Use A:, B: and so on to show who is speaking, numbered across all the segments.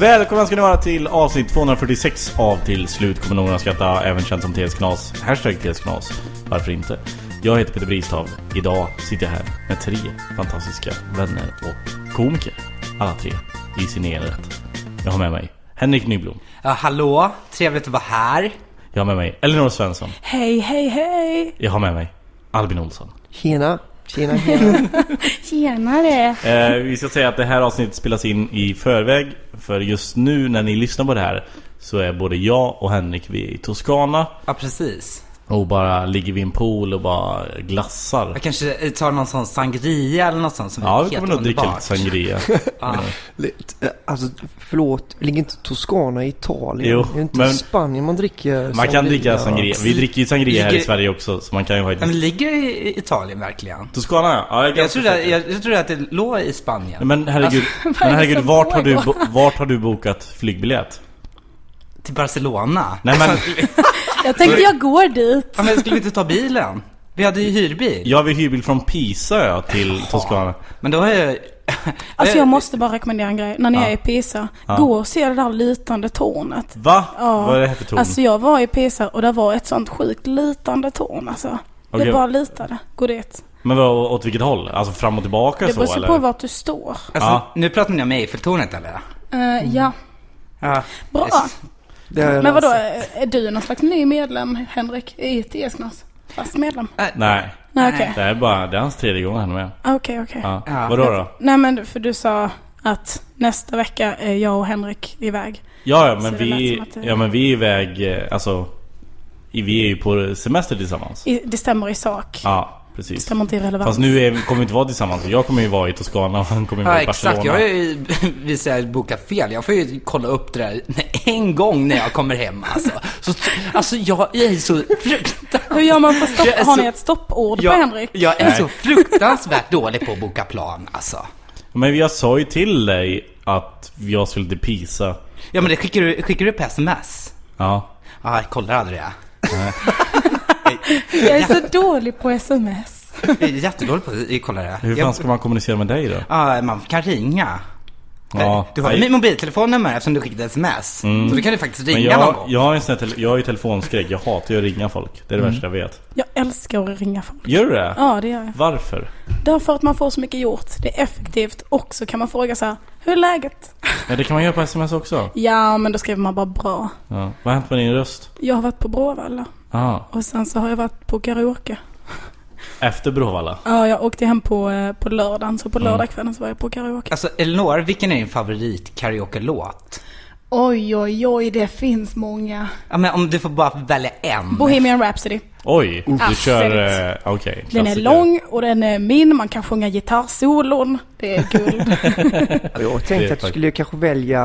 A: Välkomna ska ni vara till avsnitt 246 av Till slut kommer någon att skratta, även känd som TS Knas. Hashtag TS Knas. Varför inte? Jag heter Peter Bristav. Idag sitter jag här med tre fantastiska vänner och komiker. Alla tre i sin enrätt. Jag har med mig Henrik Nyblom.
B: Ja, hallå! Trevligt att vara här.
A: Jag har med mig Elinor Svensson.
C: Hej, hej, hej!
A: Jag har med mig Albin Olsson.
D: Tjena, tjena, tjena.
C: Tjenare!
A: Eh, vi ska säga att det här avsnittet spelas in i förväg För just nu när ni lyssnar på det här Så är både jag och Henrik vi är i Toscana
B: Ja, precis.
A: Och bara ligger vid en pool och bara glassar
B: Jag kanske tar någon sån sangria eller något sånt som
A: Ja,
B: är
A: vi
B: helt
A: kommer nog dricka lite
B: underbart.
A: sangria
D: Lite- Alltså förlåt, ligger inte Toscana i Italien?
A: Jo,
D: är det inte
A: men-
D: i Spanien man dricker
A: Man kan dricka sangria, vi dricker ju sangria här i
B: Ligger-
A: Sverige också Så man kan ju
B: Ja, Men
A: faktiskt
B: ligger det i Italien verkligen?
A: Toscana ja, ja jag, är
B: Jag
A: ganska
B: trodde,
A: säker.
B: jag, jag trodde att det låg i Spanien.
A: Men herregud,
C: Alltså, är
A: men
C: det
A: herregud
C: som
A: vart, har du,
C: pågår?
A: bo- vart har du bokat flygbiljett?
B: Till Barcelona.
A: Nej men,
C: Alltså, Jag tänkte jag går dit.
B: Ja, men skulle vi inte ta bilen? Vi hade ju hyrbil.
A: jag vill hyrbil från Pisa ja, till Toscana
B: Men då har jag...
C: Alltså jag måste bara rekommendera en grej. När ni är i Pisa,
A: Eh, Ja.
C: gå och se det där lutande tornet.
A: Va?
C: Ja.
A: Vad är det här för ton?
C: Alltså jag var i Pisa och det var ett sånt sjukt lutande torn alltså.
A: Okej.
C: Det bara lutade. Gå dit.
A: Men vad, åt vilket håll? Alltså fram och tillbaka
C: Det
A: så
C: beror
A: eller?
C: på vart du står.
B: Alltså,
A: Ja.
B: Nu pratar ni om Eiffeltornet eller?
A: Mm.
C: Eh, ja.
B: Ja.
C: Bra.
D: Det alltså- har jag
C: Men vadå,
D: läst.
C: eh, är du någon slags ny medlem, Henrik, i TS-Knas? Fast medlem?
A: Nej,
C: Nej, okej.
A: det är bara det är hans tredje gång han är med.
C: Ah, Okej, okej.
A: Ja.
B: Ja.
A: Vadå då?
C: Nej men för du sa att nästa vecka är jag och Henrik iväg.
A: Ja, ja,
C: Så
A: men
C: det
A: vi,
C: lät som att det-
A: ja men vi är iväg, eh, alltså i- Vi är ju på semester tillsammans.
C: I, det stämmer i sak.
A: Ja, precis.
C: Stämmer inte i relevans.
A: Fast nu är, kommer vi inte vara tillsammans. Jag kommer ju vara i Toscana och han kommer ju vara
B: Ja,
A: i Barcelona.
B: exakt. Jag har ju visar jag bokat fel. Jag får ju kolla upp det där en gång när jag kommer hem alltså. Så, alltså jag är så fruktansvärt...
C: Hur gör man för
B: Jag är
C: stopp? Har
B: så-
C: ni ett stoppord
B: Jag,
C: på Henrik?
B: jag är
A: Nej.
B: så fruktansvärt dålig på att boka plan alltså.
A: Men jag sa ju till dig att jag skulle till Pisa.
B: Ja men det skickar du, skickar du på sms?
A: Ja.
B: Ja, jag kollar aldrig det.
C: Jag är så dålig på sms.
B: Jag är jättedålig på att kolla det.
A: Hur fan
B: jag,
A: ska man kommunicera med dig då?
B: ja, man kan ringa. Eh,
A: Ja.
B: Du har ju
A: Nej. Mm.
B: mitt mobiltelefonnummer eftersom du skickade sms. Så du kan ju faktiskt ringa
A: Men
B: någon
A: jag,
B: Mm. gång.
A: jag, har ju sån här tele- jag har ju telefonskräck, jag hatar ju att ringa folk. Det är det värsta jag vet.
C: Jag älskar att ringa folk.
A: Gör du det?
C: Ja, det gör jag.
A: Varför?
C: Därför att man får så mycket gjort. Det är effektivt och så kan man fråga så här, hur är läget?
A: Ja, det kan man göra på sms också.
C: Ja, men då skriver man bara bra.
A: Ja. Vad har hänt med din röst?
C: Jag har varit på Bråvalla
A: Ah.
C: och sen så har jag varit på karaoke.
A: Efter Bråvalla?
C: Ja, jag åkte hem på, eh, på lördagen, så på
A: Mm.
C: lördagskvällen så var jag på karaoke.
B: Alltså Elinor, vilken är din favorit karaoke-låt?
C: Oj, oj, oj, det finns många.
B: Ja, men om du får bara välja en.
C: Bohemian Rhapsody.
A: Oj, du
C: Ah,
A: kör... Eh,
C: fett.
A: Okej,
C: Den är
A: klassiker.
C: lång och den är min, man kan sjunga gitarrsolon. Det är guld.
D: Jag
A: Det är
D: tänkte att du
A: fakt-
D: skulle kanske välja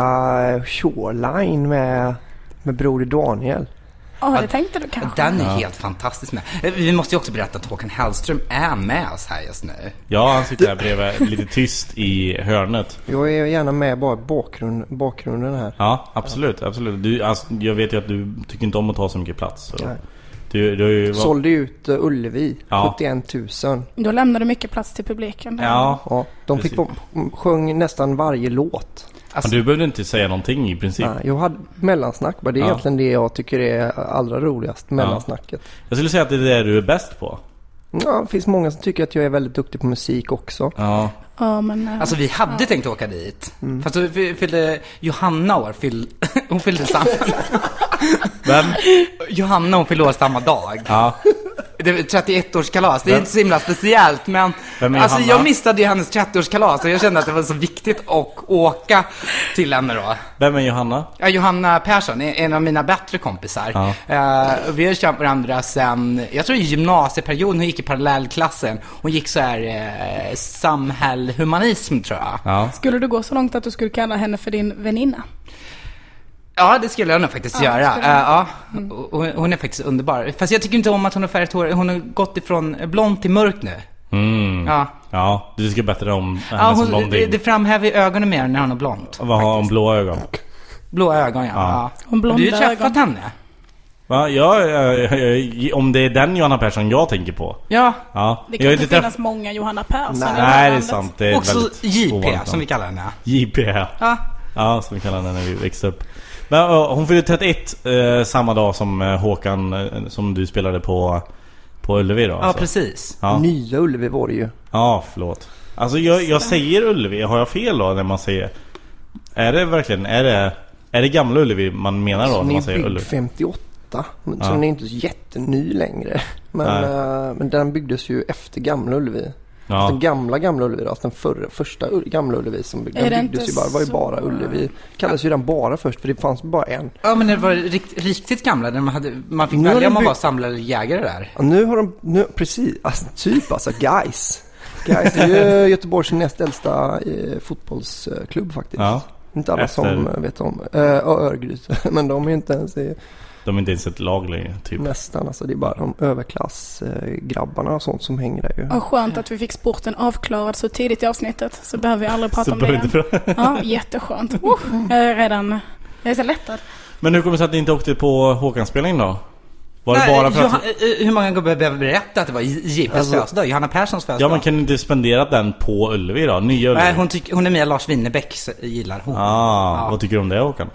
D: eh, Shoreline med, med Broder Daniel.
C: Ja, det tänkte du kanske.
B: Den är helt fantastisk med. Eh, Vi måste ju också berätta att Håkan Hellström är med oss här just nu.
A: Ja, han sitter här bredvid, lite tyst i hörnet.
D: Jag är gärna med bara i bakgrund, bakgrunden här.
A: Ja, absolut, absolut. Du, alltså, jag vet ju att du tycker inte om att ta så mycket plats. Så.
D: Nej.
A: Du, du har ju... va-
D: Sålde ut eh, Ullevi,
A: Ja.
D: 71 000.
C: Då lämnar du mycket plats till publiken. där.
A: Ja.
D: Ja, de fick
A: Precis.
D: på, sjöng nästan varje låt.
A: Men du behövde inte säga någonting i princip.
D: Ja, Jag hade mellansnack bara. Det
A: Typ.
D: är
A: Ja.
D: egentligen det jag tycker är allra roligast. Mellansnacket.
A: Jag skulle säga att det är det du är bäst på.
D: Ja, det finns många som tycker att jag är väldigt duktig på musik också.
A: Ja.
C: Ja, men, eh,
B: Alltså vi hade tänkt åka dit. Fast så fy- fyllde Johanna år, fyll, hon fyllde samma...
A: Vem?
B: Johanna hon fyllde år samma dag.
A: Ja.
B: Det var 31-årskalas, det är
A: Vem?
B: inte så himla speciellt men...
A: Vem är
B: alltså
A: Johanna?
B: jag missade ju hennes 30-årskalas och jag kände att det var så viktigt att åka till henne då.
A: Vem är Johanna?
B: Ja, Johanna Persson är en av mina bättre kompisar.
A: Ja.
B: Eh, vi har känt varandra sedan, jag tror i gymnasieperioden, hon gick i parallellklassen. Hon gick så här eh, samhällshumanism tror jag. Ja.
A: Ja.
C: skulle du gå så långt att du skulle kalla henne för din väninna?
B: det skulle jag nog faktiskt
C: Ja,
B: göra.
C: skulle du.
B: Eh, ja. hon, hon är faktiskt underbar. Fast jag tycker inte om att hon har färgat hår. Hon har gått ifrån blont till mörk nu.
A: Mm.
B: Ja.
A: Ja, du tycker bättre om henne
B: Ja,
A: som
B: hon, det,
A: blondin.
B: det framhäver ju ögonen mer när hon har blont.
A: Vad har hon blåa ögon?
B: Blåa ögon, ja.
A: Ja.
B: ja.
C: Hon
B: du har
C: blonda
B: ju träffat
C: ögon.
B: henne.
A: Va? Ja, ja, ja, ja, om det är den Johanna Persson jag tänker på.
B: Ja.
A: Ja.
C: Det
A: jag
C: kan
A: har
C: inte
A: träff-
C: finnas många Johanna Persson i det här
A: Nej, det är
C: landet.
A: sant. Det är
B: Också
A: väldigt
B: JP,
A: ovanligt.
B: som vi kallar henne.
A: JP.
B: Ja.
A: Ja, som vi kallade henne när vi växte upp. Men, ja, hon fyllde 31 eh, samma dag som eh, Håkan, eh, som du spelade på, på Ullevi då.
B: Ja,
A: alltså.
B: precis.
A: Ja.
D: Nya Ullevi var det ju.
A: Ja, förlåt. Alltså jag, jag säger Ullevi, har jag fel då när man säger... Är det verkligen, är det, är det gamla Ullevi man menar då
D: Så
A: när
D: ni
A: man
D: är
A: säger
D: byggd
A: Ullevi?
D: 58. Så
A: Ja.
D: den är inte så jätteny längre. Men,
A: Nej.
D: eh, men den byggdes ju efter Gamla Ullevi. Alltså
A: Ja.
D: Den gamla Gamla Ullevi, alltså den förra, första Ull- Gamla Ullevi som byggdes,
C: Är det
D: den byggdes
C: inte
D: ju bara, var ju
C: så-
D: bara Ullevi. Kallades ju den bara först för det fanns bara en.
B: Ja, men det var rikt, riktigt gamla. där Man, hade, man fick
D: Nu har
B: välja
D: de
B: om man
D: byggt-
B: var samlare eller jägare där.
D: Och nu har de, nu, precis, alltså, typ alltså guys. Guys är ju Göteborgs näst äldsta eh, fotbollsklubb faktiskt.
A: ja.
D: Inte alla som
A: Efter-
D: eh, vet om. Eh, och Örgryte, men de är inte ens i
A: De är inte ens ett lag längre, typ.
D: nästan. Alltså, det är bara de överklassgrabbarna och sånt som hänger där ju.
C: Och skönt att vi fick sporten avklarad så tidigt i avsnittet. Så behöver vi aldrig prata
A: Så
C: om det
A: började
C: igen.
A: bra.
C: Ja, jätteskönt. Oh, jag är redan... Jag är så lättad.
A: Men hur kommer det sig att ni inte åkte på Håkan-spelningen då? Var det
B: Nej,
A: bara för att...
B: Johan- eh, Hur många gånger behöver jag berätta att det var JP's
D: Alltså-
B: födelsedag? Johanna Perssons
A: Ja
B: födelsedag?
A: men kan ni inte spendera den på Ullevi då? Nya Ullevi?
B: Alltså, Nej, hon, tycker- hon är Mia Lars Winnerbäck, så gillar hon.
A: Ah,
B: Ja.
A: vad tycker du om det Håkan?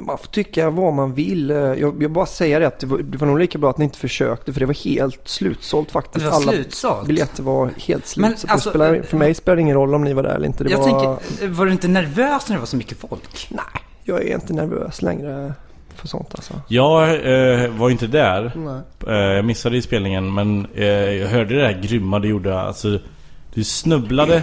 D: Man får tycka vad man vill. Eh, Jag, jag bara säger det att det var, det var nog lika bra att ni inte försökte för det var helt slutsålt faktiskt.
B: Det var slutsålt?
D: biljetter var helt slut.
B: Men
D: så det
B: alltså-
D: spelar, för mig spelar det ingen roll om ni var där eller inte. Det
B: jag
D: var,
B: tänker, var du inte nervös när det var så mycket folk?
D: Nej, jag är inte nervös längre för sånt alltså.
A: Jag eh, var ju inte där.
D: Nej.
A: Eh, jag missade ju spelningen men eh, jag hörde det här grymma du gjorde. Alltså, du snubblade,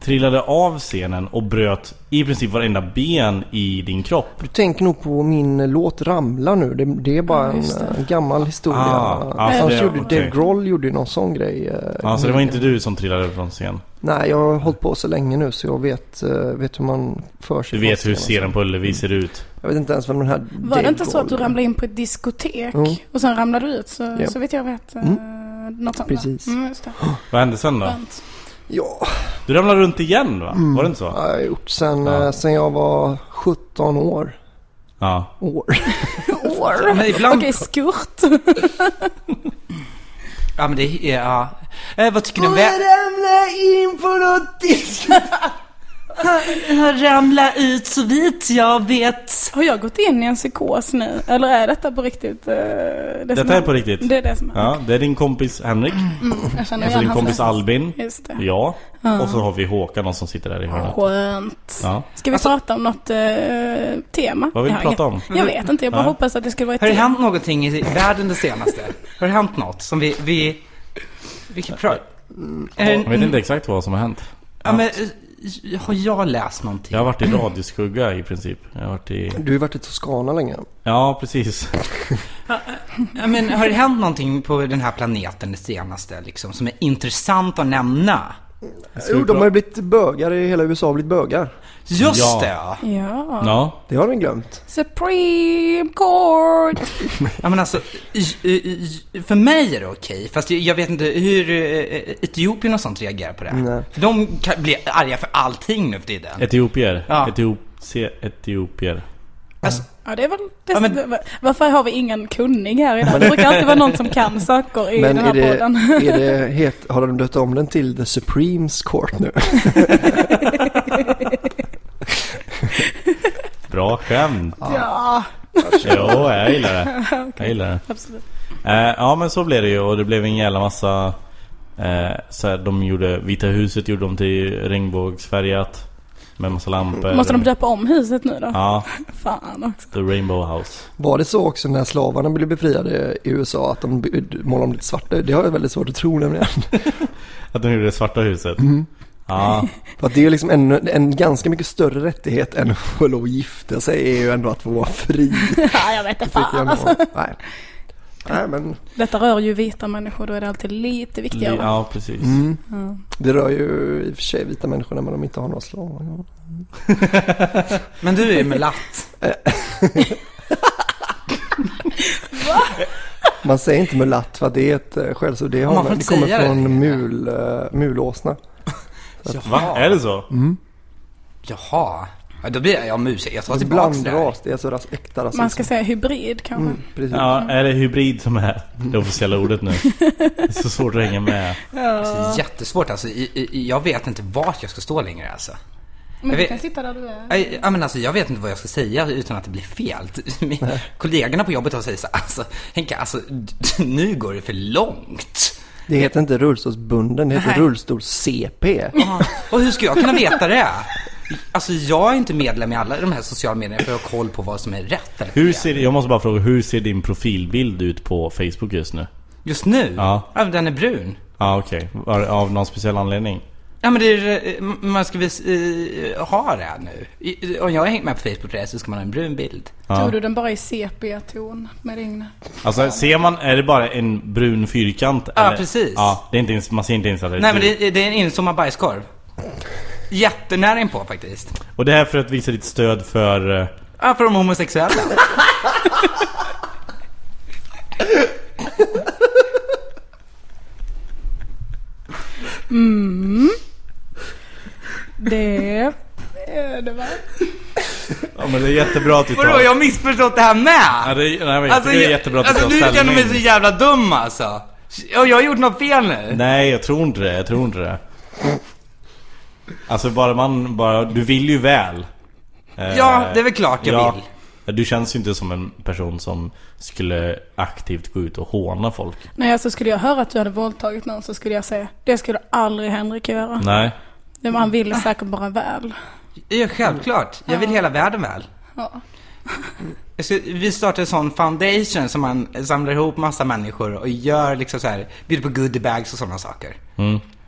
A: trillade av scenen och bröt i princip varenda ben i din kropp.
D: Du tänker nog på min låt Ramla nu. Det, det är bara
C: Ja,
D: en
C: just det.
D: eh, gammal historia.
A: Ah, alltså
D: Annars
A: det-
D: gjorde
A: okej.
D: Dave Grohl gjorde ju någon sån grej. eh,
A: Alltså det var inte du som trillade från scen.
D: Nej, jag har hållit på så länge nu så jag vet, eh, vet hur man för sig.
A: Du
D: på
A: vet hur
D: scenen.
A: scenen på Ullevi ser
B: Mm.
A: ut.
D: Jag vet inte ens vem den här
C: Var det
D: Dave
C: inte så att du
D: Grohl är.
C: ramlade in på ett diskotek
D: Mm.
C: och sen ramlade du ut? Så,
D: Ja.
C: så vet jag vet. eh, Något sånt. va?
D: Precis.
C: Mm, just det.
A: Vad hände sen då?
C: Skönt.
D: Ja,
A: Du ramlade runt igen va?
B: Mm.
A: Var det inte så?
D: jag har gjort sen,
A: Ja.
D: eh, sen jag var 17 år.
A: Ja.
D: År.
C: År.
B: Men ibland...
C: Okej, skurt.
B: Ja, men det är... Ja. Eh, vad tycker du om vädret?
D: ramla in på något disk.
B: Jag ramlar ut så vitt jag vet.
C: Har jag gått in i en psykos nu? Eller är detta på riktigt? eh, Det som
A: Detta är på riktigt.
C: Det är det som är.
A: Ja, det är din kompis Henrik.
C: Jag känner
A: Alltså
C: igen
A: din
C: hans
A: kompis
C: röst.
A: Albin.
C: Just det.
A: Ja. Och så har vi Håkan som sitter där i hörnet.
C: Skönt.
A: Ja.
C: Ska vi
B: Alltså-
C: prata om något eh, tema?
A: Vad vill
C: Jag
A: du
C: har
A: prata om?
C: inget- Jag vet inte, jag bara
A: Nej.
C: hoppas att det skulle vara ett
B: Har det
C: tema.
B: hänt någonting i världen det senaste? Har det hänt något som vi... vi vi kan prata... Eh,
A: Jag vet inte exakt vad som har hänt.
B: Ja, men, eh, har jag läst någonting?
A: Jag har varit i radioskugga i princip. Jag har varit i...
D: Du har varit i Toscana länge.
A: Ja, precis.
B: Ja, men, har det hänt någonting på den här planeten det senaste liksom, som är intressant att nämna?
A: Ska vi
D: Jo, de
A: pra-
D: har ju blivit bögar i hela USA, har blivit bögar.
B: Just
A: Ja.
B: det! ja.
C: Ja.
A: Ja.
D: Det har de glömt.
C: Supreme Court!
B: Ja, men alltså, i- i- i- för mig är det okej, fast jag- jag vet inte hur eh, Etiopien och sånt reagerar på det.
D: Nej.
B: För de kan bli arga för allting nu för tiden.
A: Etiopier.
B: Ja.
A: Etiop... Se, etiopier.
B: Alltså,
C: Ja, det är väl... Det,
B: Ja, men-
C: varför har vi ingen kunnig här idag? Det brukar alltid vara någon som kan saker i
D: Men
C: den
D: är
C: här
D: det,
C: podden.
D: är det het, har de döpt om den till The Supremes Court nu?
A: Bra skämt.
C: Ja,
A: Jo, jag gillar det. Jag gillar det.
C: absolut.
A: Eh, ja, men så blev det ju och det blev en jävla massa... Eh, så här, de gjorde... Vita huset gjorde de till regnbågsfärgat. Med massa lampor.
C: Måste de döpa om huset nu då?
A: Ja,
C: Fan också.
A: The Rainbow House.
D: Var det så också när slavarna blev befriade i USA att de by- målade om det till svarta? Det har jag väldigt svårt att tro nämligen.
A: Att de gjorde det svarta huset. Ja,
D: För att det är ju liksom en, en ganska mycket större rättighet än att få lov att gifta sig är ju ändå att få vara fri.
C: Ja, jag vet inte
D: tycker
C: fan.
D: jag nog. Nej. Nej men
C: Detta rör ju vita människor, då är det alltid lite
A: li-
C: viktigare.
A: ja precis.
D: mm.
C: Ja.
D: det rör ju i och för sig vita människor när de inte har några slavar.
B: men du är ju mulatt.
D: Man säger inte mulatt för att det är ett eh, skällsord. Det, har
B: Man får
D: man det
B: inte säga
D: kommer
B: det längre.
D: från mul, eh, mulåsna.
A: Va? Är det så?
B: Jaha. Ja, då blir jag musik. Jag tar tillbaks det. här.
D: Blandras, det är alltså ras, äkta rasism.
C: Man ska säga hybrid kanske.
D: Mm, precis.
A: Ja, är det hybrid som är det officiella ordet nu? Det är så svårt att hänga med.
B: Alltså, jättesvårt alltså. I, i, jag vet inte vart jag ska stå längre alltså.
C: Men
B: Jag
C: du
B: vet-
C: kan sitta där du är.
B: Nej, Ja, men alltså, jag vet inte vad jag ska säga utan att det blir fel. Min- Kollegorna på jobbet har sagt så här, alltså, Henka, alltså, nu går det för långt.
D: Det heter inte rullstolsbunden, det heter
B: Nej.
D: rullstols-CP.
B: Och hur ska jag kunna veta det? Alltså, jag är inte medlem i alla de här sociala medierna för att ha koll på vad som är rätt eller
A: Hur
B: fel.
A: ser, jag måste bara fråga, hur ser din profilbild ut på Facebook just nu?
B: Just nu?
A: Ja.
B: men den är brun.
A: Ja okej, Var- av någon speciell anledning?
B: Ja men det är, eh, man ska väl eh, ha det nu. I- Om jag har hängt med på Facebook där så ska man ha en brun bild.
A: Ja.
C: Tog du den bara i sepia-ton med regn?
A: Alltså ser man, är det bara en brun fyrkant?
B: Ja,
A: eller?
B: precis.
A: Ja, det är inte ens, man ser inte ens att det är
B: Nej men
A: du.
B: det, det är en insommad bajskorv. Jättenära inpå faktiskt.
A: Och det här för att visa ditt stöd för... eh,
B: Ja, för de homosexuella.
C: Det är det va?
A: Ja men det är jättebra att du
B: Vadå,
A: tar...
B: jag har missförstått det
A: Ja,
B: här med!
A: det, nej, men jag tycker det är jättebra att du
B: alltså
A: tar
B: nu kan de
A: ställning.
B: bli så jävla dum alltså. Och jag har gjort något fel nu.
A: Nej, jag tror inte det. Jag tror inte det. Alltså bara man, bara, du vill ju väl. Eh,
B: Ja, det är väl klart jag vill.
A: Ja, Du känns ju inte som en person som skulle aktivt gå ut och håna folk.
C: Nej, alltså skulle jag höra att du hade våldtagit någon så skulle jag säga det skulle aldrig Henrik göra.
A: Nej.
C: Men han ville säkert bara väl.
B: Ja, självklart. Jag vill hela världen väl.
C: Ja.
B: Jag ska- Vi startar en sån foundation som man samlar ihop massa människor och gör liksom så här, bjuder på goodiebags och sådana saker.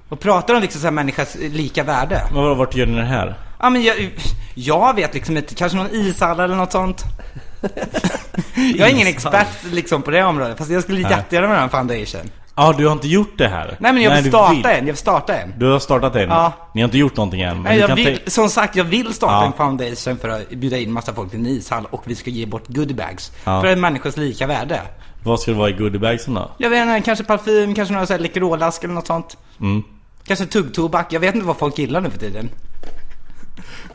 B: Och pratar om liksom så här människas lika värde.
A: Men vadå, vart gör ni det här?
B: Ja men jag, jag vet liksom inte, kanske någon ishall eller något sånt. jag är ingen expert liksom på det området, fast jag skulle
A: Nej.
B: jättegärna med en foundation.
A: Ja, ah, du har inte gjort det här?
B: Nej men jag vill
A: du
B: starta en, jag vill starta en.
A: Du har startat en?
B: Ja.
A: Ni har inte gjort någonting än? men
B: Nej,
A: ni
B: jag
A: kan
B: vill,
A: ta-
B: som sagt, jag vill starta
A: Ja.
B: en foundation för att bjuda in massa folk till en ishall och vi ska ge bort goodiebags.
A: Ja.
B: För människors lika värde.
A: Vad ska det vara i goodiebagsen då?
B: Jag vet inte, kanske parfym, kanske några så här Läkerolask eller något sånt.
A: Mm.
B: Kanske tuggtobak, jag vet inte vad folk gillar nu för tiden.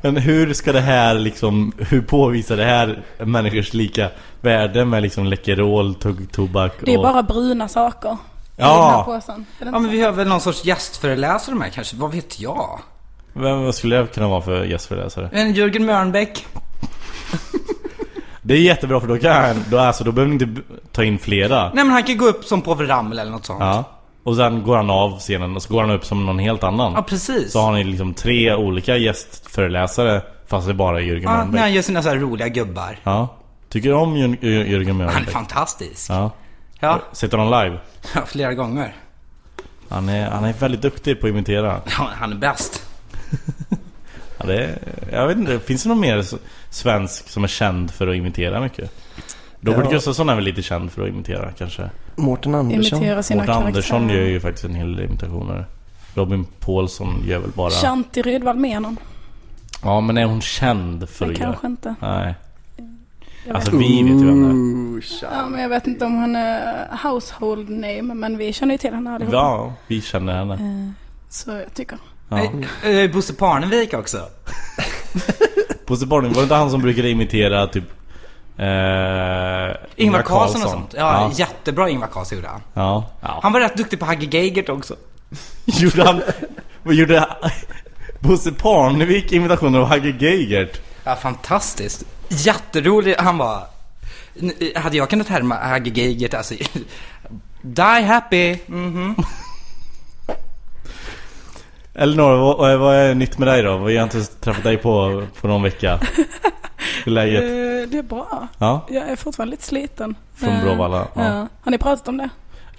A: Men hur ska det här liksom, hur påvisar det här människors lika värde med liksom Läkerol, tuggtobak och...
C: Det är bara bruna saker. I den här
A: Ja!
C: påsen. Är det
B: Ja
C: inte
B: men
C: så?
B: vi har väl någon sorts gästföreläsare med kanske, vad vet jag?
A: Vem vad skulle jag kunna vara för gästföreläsare?
B: En Jörgen Mörnbäck?
A: Det är jättebra för då kan han, då, alltså, då behöver ni inte b- ta in flera.
B: Nej men han kan gå upp som Povel Ramel eller något sånt. Ja,
A: Ja. Och sen går han av scenen och så går han upp som någon helt annan.
B: precis.
A: Så har ni liksom tre olika gästföreläsare fast det är bara Jörgen
B: Ja, när
A: Mörnbäck.
B: han gör sina så här roliga gubbar.
A: Ja. Tycker du om Jör- Jör- Jörgen
B: Han är
A: Mörnbäck?
B: fantastisk.
A: Ja.
B: Ja,
A: Sitter han live?
B: ja flera gånger.
A: Han är, han är väldigt duktig på att imitera.
B: Ja, han är bäst.
A: Ja, det är, jag vet inte, finns det någon mer s- svensk som är känd för att imitera mycket? Robert
D: Ja.
A: Gustafsson är väl lite känd för att imitera kanske?
D: Mårten Andersson.
C: Imitera sina
A: Mårten
C: karaktärer.
A: Andersson gör ju faktiskt en hel del imitationer. Robin Paulsson gör väl bara...
C: Shanti Rydwall Menon.
A: Ja men är hon känd för
C: Men
A: att göra?
C: kanske inte.
A: Nej.
C: Jag
A: Alltså
C: vet. Mm.
A: vi vet ju vem
D: Ooh,
C: Ja,
D: tja.
C: men jag vet inte om hon är household name, men vi känner ju till henne
A: det är.
C: allihopa.
A: Ja, vi känner henne.
C: Eh, Så jag tycker.
A: Ja.
B: Eh, eh, Bosse Parnevik också.
A: Bosse Borning, var det inte han som brukade imitera typ... Eh, Ingvar,
B: Ingvar Carlsson och sånt. Ja,
A: Ja.
B: jättebra Ingvar Carlsson gjorde han.
A: ja. ja.
B: Han var rätt duktig på Hagge Geigert också.
A: Gjorde han... Vad gjorde han? Bosse Parnevik imitationer av Hagge Geigert?
B: Ja, fantastiskt. Jätterolig han var. N- eh, Hade jag kunnat härma Hagge Geigert, alltså... Die happy! Mhm.
A: Elinor, vad, vad är nytt med dig då? Vad har jag inte träffat dig på, på någon vecka? Hur är läget?
C: Eh, Det är bra.
A: Ja?
C: Jag är fortfarande lite sliten.
A: Från
C: Eh,
A: Bråvalla, ja.
C: Ja. Har ni pratat om det?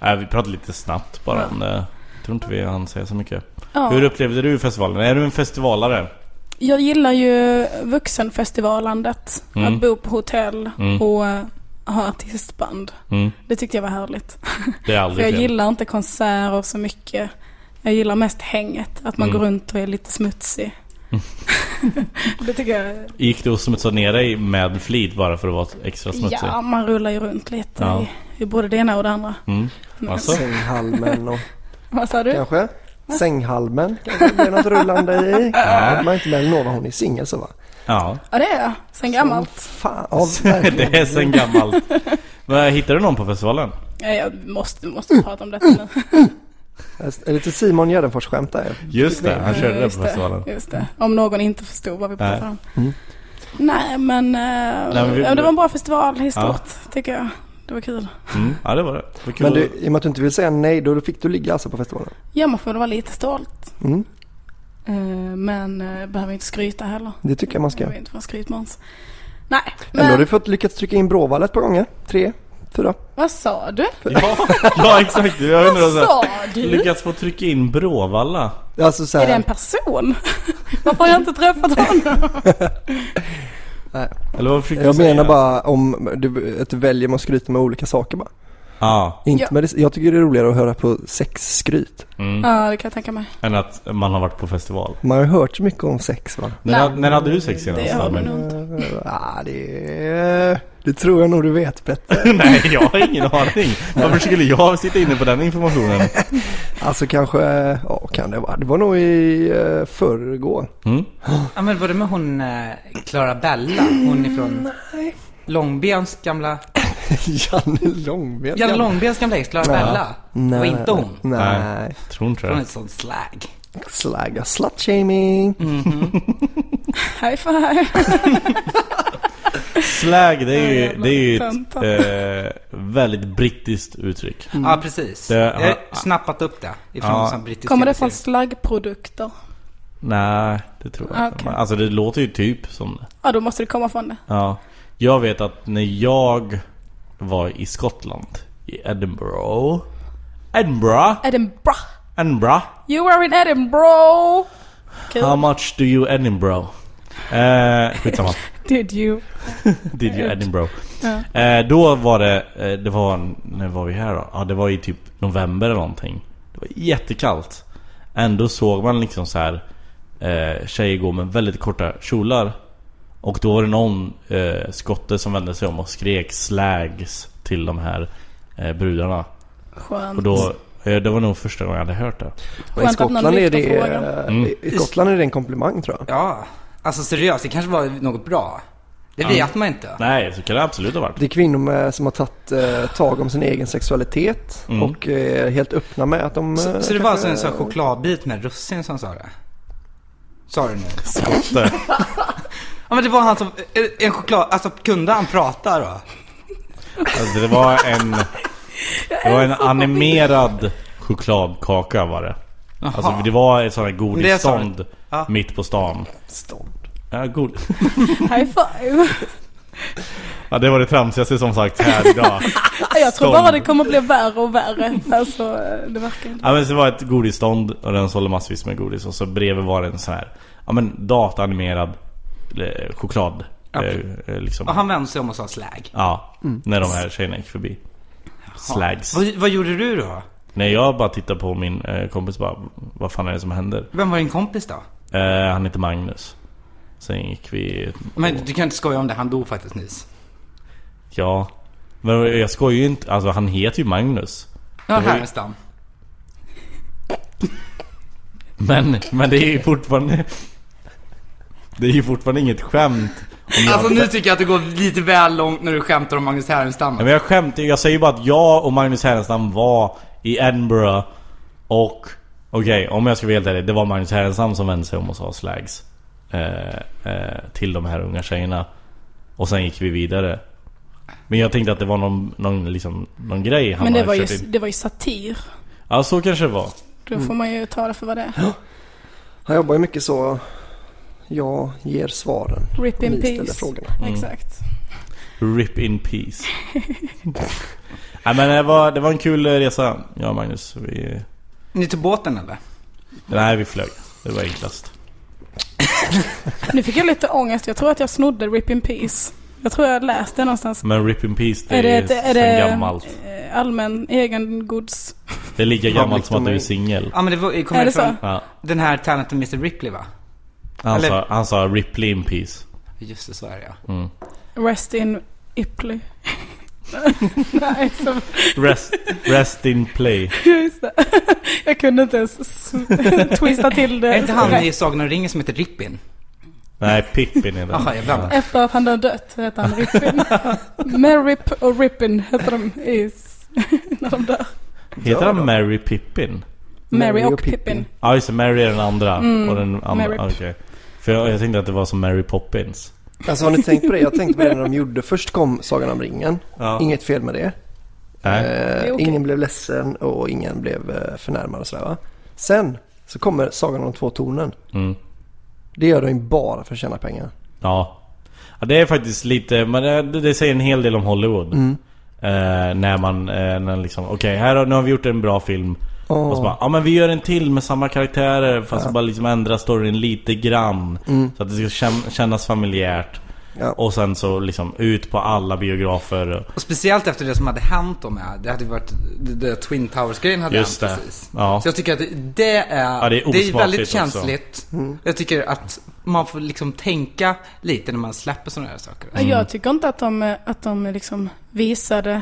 A: Nej, vi pratade lite snabbt bara om det. Jag tror inte vi hann säga så mycket.
C: Ja.
A: Hur upplevde du festivalen? Är du en festivalare?
C: Jag gillar ju vuxenfestivalandet.
A: Mm.
C: Att bo på hotell
A: Mm.
C: och eh, ha artistband.
A: Mm,
C: Det tyckte jag var härligt.
A: det är
C: För
A: aldrig
C: jag
A: fel.
C: gillar inte konserter så mycket. Jag gillar mest hänget. Att man
A: Mm.
C: går runt och är lite smutsig. det tycker jag.
A: Gick du och smutsade ner dig med flit bara för att vara extra smutsig?
C: Ja, man rullar ju runt lite
A: Ja.
C: i, i både det ena och det andra.
A: Mm.
C: Men-
A: Alltså?
D: Sänghalmen och
C: Vad sa du?
D: kanske? Sänghalmen kanske det blir något rullande i. Ja. Man är inte med någon, hon är singel så va?
A: Ja,
C: Ja, det är jag. Sen
D: Som
C: gammalt.
D: Fan, ja, verkligen.
A: det är sen äh, gammalt. Men Hittade du någon på festivalen?
C: Ja, Jag måste, måste prata om detta nu.
D: Eller till Simon Gärdenfors-skämt där.
A: Just det, han körde det
C: Just
A: på festivalen.
C: Just det. Om någon inte förstod vad vi
A: Nej.
C: pratade om.
D: Mm.
C: Nej, men, eh,
A: men vi-
C: ja, det var en bra festival i stort, tycker jag. Det var kul.
A: Mm. Ja, det var det. det var kul
D: Men du,
A: att-
D: i och med att du inte vill säga nej, då fick du ligga alltså på festivalen.
C: Ja, man får väl vara lite stolt.
D: Mm.
C: Eh, Men eh, behöver inte skryta heller.
D: Det tycker jag man ska.
C: Jag vill inte vara skrytmåns. Nej,
D: Ändå har
C: men
D: du fått lyckats trycka in Bråvalla ett par gånger. Tre, fyra.
C: vad sa du?
A: Ja, ja exakt. Jag undrar
C: Vad
A: så här,
C: sa du?
A: Lyckats få trycka in Bråvalla.
D: Alltså så
C: Är det
D: här,
C: en person? Varför har jag inte träffat honom?
A: Eller vad försökte
D: jag
A: du säga?
D: menar bara om du, att du väljer att skryta med olika saker bara.
A: Ja,
D: Inte
C: Ja.
D: med det, jag tycker det är roligare att höra på sexskryt.
C: Ja, det kan jag tänka mig.
A: Mm. än att man har varit på festival.
D: Man har ju hört så mycket om sex va?
A: När, när hade du sex senast?
C: Det har
A: Albin?
C: du nog. Runt.
D: Eh, ah, det, det tror jag nog du vet Petter.
A: Nej, jag har ingen aning. Varför skulle jag sitta inne på den informationen?
D: Alltså kanske, ja kan det vara. Det var nog i uh, förrgår.
A: Mm?
B: Ja men var det med hon eh, Clara Bella? Hon
C: Mm,
B: ifrån Långbens gamla,
D: Janne Långben.
B: Janne Långbens gamla ex Clara Bella. Det var inte hon.
D: Nej.
A: Tror inte
B: Hon är
A: det.
B: ett sånt slag.
D: Slagga slutshaming.
B: Mm-hmm.
C: High five.
A: Slag, det är ju, det är ju
C: Töntar.
A: ett eh, väldigt brittiskt uttryck.
B: Ja precis.
A: Det-
B: jag har snappat upp det ifrån
A: Ja.
B: en sån brittisk
C: Kommer det från
B: tv-serie. slaggprodukter?
C: slaggprodukter?
A: Nej, det tror jag inte.
C: Okej.
A: Alltså det låter ju typ som det.
C: Ja, då måste det komma från det.
A: Ja. Jag vet att när jag var i Skottland, i Edinburgh. Edinburgh?
C: Edinburgh.
A: Edinburgh?
C: You are in Edinburgh. Kul.
A: How much do you Edinburgh? Eh, skitsamma.
C: Did you?
A: Did you Edinburgh?
C: Ja.
A: Eh, då var det, eh, det var, när var vi här då? Ja, det var i typ november eller någonting. Det var jättekallt. Ändå såg man liksom så här eh, tjejer gå med väldigt korta kjolar. Och då var det någon eh, skotte som vände sig om och skrek slags till de här eh, brudarna.
C: Skönt.
A: Och då, eh, det var nog första gången jag hade hört det.
D: Men
C: att
D: i
C: någon
D: Skottland är
C: lyfter
D: det,
C: frågan.
A: Mm.
D: i Skottland är det en komplimang tror jag.
B: Ja. Alltså seriöst, det kanske var något bra. Det vet man inte.
A: Nej, så kan det absolut ha varit.
D: Det är kvinnor med, som har tagit eh, tag om sin egen sexualitet
A: Mm.
D: och är helt öppna med att de... eh,
B: Så, så det var alltså
D: kanske-
B: en sån här chokladbit med russin som sa det? Sa du nu?
A: Skotte.
B: Ja men det var han som, en choklad, alltså kunde han prata då?
A: Alltså, det var en, det var en animerad chokladkaka var det. Alltså
B: Jaha.
A: det var ett sånt här
B: Det är så.
A: godisstånd
B: Ja.
A: mitt på stan.
D: Stånd.
A: Ja, god.
C: High five.
A: ja, det var det tramsigaste som sagt här idag.
C: Jag tror
A: Stånd.
C: bara det kommer bli värre och värre. Alltså, det verkar inte.
A: Ja, men så det var ett godisstånd och den sålde massvis med godis och så bredvid var det en sån här ja, men dataanimerad eh, choklad.
B: Ja.
A: Eh, eh, liksom.
B: Och han vände sig om och sa slag.
A: Ja, när de här tjejerna gick förbi. Slags.
B: Vad, vad gjorde du då?
A: När jag bara tittade på min eh, kompis bara, vad fan är det som händer?
B: Vem var din kompis då?
A: Eh, han heter Magnus. Sen gick vi...
B: Men du kan inte skoja om det, han dog faktiskt nyss.
A: Ja. Men jag skojar ju inte. Alltså han heter ju Magnus.
B: Ja,
A: Det var ju-
B: Härenstam.
A: Men, men det är ju fortfarande... Det är ju fortfarande inget skämt. Om jag,
B: Alltså nu tycker jag att det går lite väl långt när du skämtar om Magnus Härenstam.
A: Nej, men jag skämtar ju. Jag säger ju bara att jag och Magnus Härenstam var i Edinburgh och... Okej, om jag ska vara helt ärlig. Det var Magnus Härenstam som vände sig om och sa slags. Eh, eh, till de här unga tjejerna. Och sen gick vi vidare. Men jag tänkte att det var någon, någon, liksom, någon grej han
C: Men det
A: hade
C: var, ju,
A: kört in. Mm.
C: det var ju satir.
A: Ja, så kanske det var.
C: Då får man ju ta det för vad det är.
D: Han jobbar ju mycket så, jag ger svaren.
C: Rip in
D: Ni ställer
C: peace.
D: frågorna.
C: Exakt.
A: Rip in peace. Nej men det var, det var en kul eh, resa, jag och Magnus. Vi,
B: Ni tog båten eller?
A: nej, vi flög. Det var enklast.
C: Nu fick jag lite ångest. Jag tror att jag snodde Rip in peace. Jag tror jag läste det någonstans.
A: Men Rip in peace, det är,
C: Är det ett- är
A: sen
C: det-
A: gammalt.
C: Eh, Allmän egengods.
A: Det är lika
D: Public
A: gammalt som att du är
D: domain.
A: singel.
B: Ja men det var,
C: Är
B: kommer
C: det
B: ifrån
A: Ja.
B: den här Talented Mr Ripley va?
A: Han,
B: Eller-
A: sa, han sa Ripley in peace.
B: Just det, så är det ja.
A: Mm.
C: Rest in Ipley. Nej, så,
A: Rest, rest in play.
C: just det. Jag kunde inte ens s- twista till det.
B: Är inte han
C: rätt.
B: i Sagan om ringen som heter Rippin?
A: Nej, Pippin är
B: Jaha,
A: det.
B: jag blandade.
C: Efter att han har dött heter han Rippin. Merip och Rippin heter de i, s- när de dör.
A: Heter han Mary Pippin?
C: Mary och Pippin.
A: Ja just det, Mary är den andra. och den andra,
C: Mm, Mary.
A: Mary. För jag, jag tänkte att det var som Mary Poppins.
D: Alltså har ni tänkt på det? Jag tänkte på det när de gjorde. Först kom Sagan om ringen.
A: Ja.
D: Inget fel med det.
A: Nej.
D: Eh,
C: är okej.
D: Ingen blev ledsen och ingen blev eh, förnärmad och sådär va. Sen så kommer Sagan om de två tornen.
A: Mm.
D: Det gör de ju bara för att tjäna pengar.
A: Ja. ja. Det är faktiskt lite, men det, det säger en hel del om Hollywood.
D: Mm.
A: Eh, när man, eh, när liksom, okej här har, nu har vi gjort en bra film.
D: Åh.
A: Och så bara, ja Alltså, men vi gör en till med samma karaktärer fast bara liksom ändra storyn lite grann.
D: Mm.
A: Så att det ska kän- kännas familjärt.
D: Ja.
A: Och sen så liksom ut på alla biografer.
B: Och speciellt efter det som hade hänt då med, det hade ju varit, det, det Twin Towers-grejen hade
A: Just
B: hänt
A: det.
B: precis.
A: Ja.
B: Så jag tycker att det- det är,
A: Ja, det är osmakligt
B: väldigt
A: också.
B: känsligt.
D: Mm.
B: Jag tycker att man får liksom tänka lite när man släpper sådana här saker.
C: Men
D: Mm.
C: Jag tycker inte att de, eh, att de liksom visade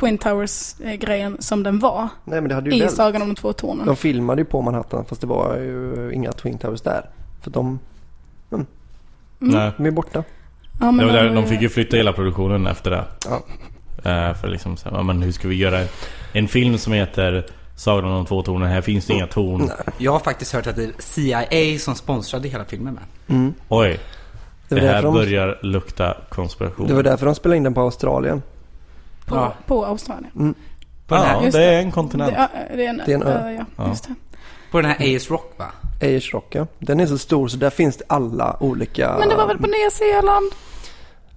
C: Twin Towers-grejen som den var.
D: Nej men det hade ju
C: I
D: väl.
C: Sagan om de två tornen.
D: De filmade ju på Manhattan fast det var ju inga Twin Towers där. För de,
A: Nej.
D: de är borta.
C: Ja, men
A: Det var
C: de
A: där,
C: var
A: de
C: ju-
A: fick ju flytta hela produktionen efter det.
D: Ja.
A: Eh, för liksom så här, ja, men hur ska vi göra en film som heter Sagan om de två tornen? Här finns det inga torn.
B: Jag har faktiskt hört att det är CIA som sponsrade hela filmen med.
A: Oj,
D: Mm. Det
A: det,
D: var,
A: här
D: därför de,
A: börjar lukta konspiration.
D: det var därför de spelade in den på Australien.
C: på,
B: Ja.
C: på Australien.
B: På, den
A: ja,
B: här,
C: Just
A: det
C: det.
A: är en kontinent.
C: Det, ja, det är en,
D: Det är en ö.
C: ö, ja,
A: Ja.
C: Just det.
B: på den
A: Mm.
B: här Ace Rock va?
D: Ayers Rock ja. Den är så stor så där finns det alla olika.
C: Men det var väl på Nya Zeeland?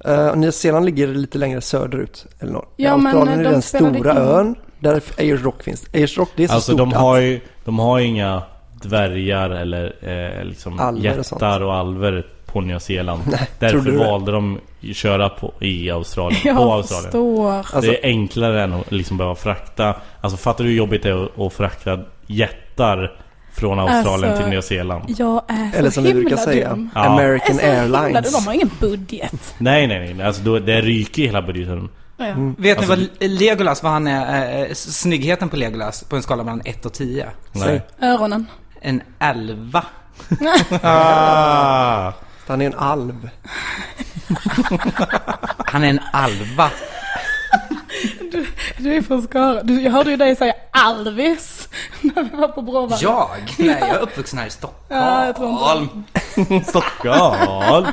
D: Eh, Nya Zeeland ligger lite längre söderut. Eller norr.
C: Ja, men
D: Australien är
C: de
D: den
C: spelade
D: stora
C: in-
D: ön. Där Ayers Rock finns. Ayers Rock det är så
A: Alltså
D: stort.
A: de
D: att-
A: har, ju, de har ju inga dvärgar eller eh, liksom
D: Alver och sånt.
A: jättar och alver på Nya Zeeland.
D: trodde
A: Därför
D: du det?
A: valde de att köra på, i Australien. på
C: Jag
A: Australien.
C: förstår.
D: Alltså-
A: det är enklare än att liksom behöva frakta. Alltså fattar du hur jobbigt det är att, att frakta jättar från Australien
C: Alltså,
A: till Nya Zeeland?
C: Jag är så
D: Eller som vi
C: himla
D: brukar säga,
C: dum.
A: Ja.
C: Alltså, Jag är
D: American
C: så himla
D: Airlines.
C: dum. De har ingen budget.
A: Nej nej nej, alltså då, det ryker i hela budgeten.
C: Ja.
D: Mm.
B: Vet
A: Alltså,
B: ni vad Legolas, vad han är, eh, s- snyggheten på Legolas på en skala mellan 1 och 10?
A: Nej.
C: Öronen.
B: En 11.
A: Ah,
D: Han är en alv.
B: Han är en alva.
C: Du är från Skara. Du, jag hörde ju dig säga Alvis när vi var på Bråvalla.
B: Jag? Nej, jag är uppvuxen här i Stockholm.
C: Ja, jag tror inte
A: Stockholm!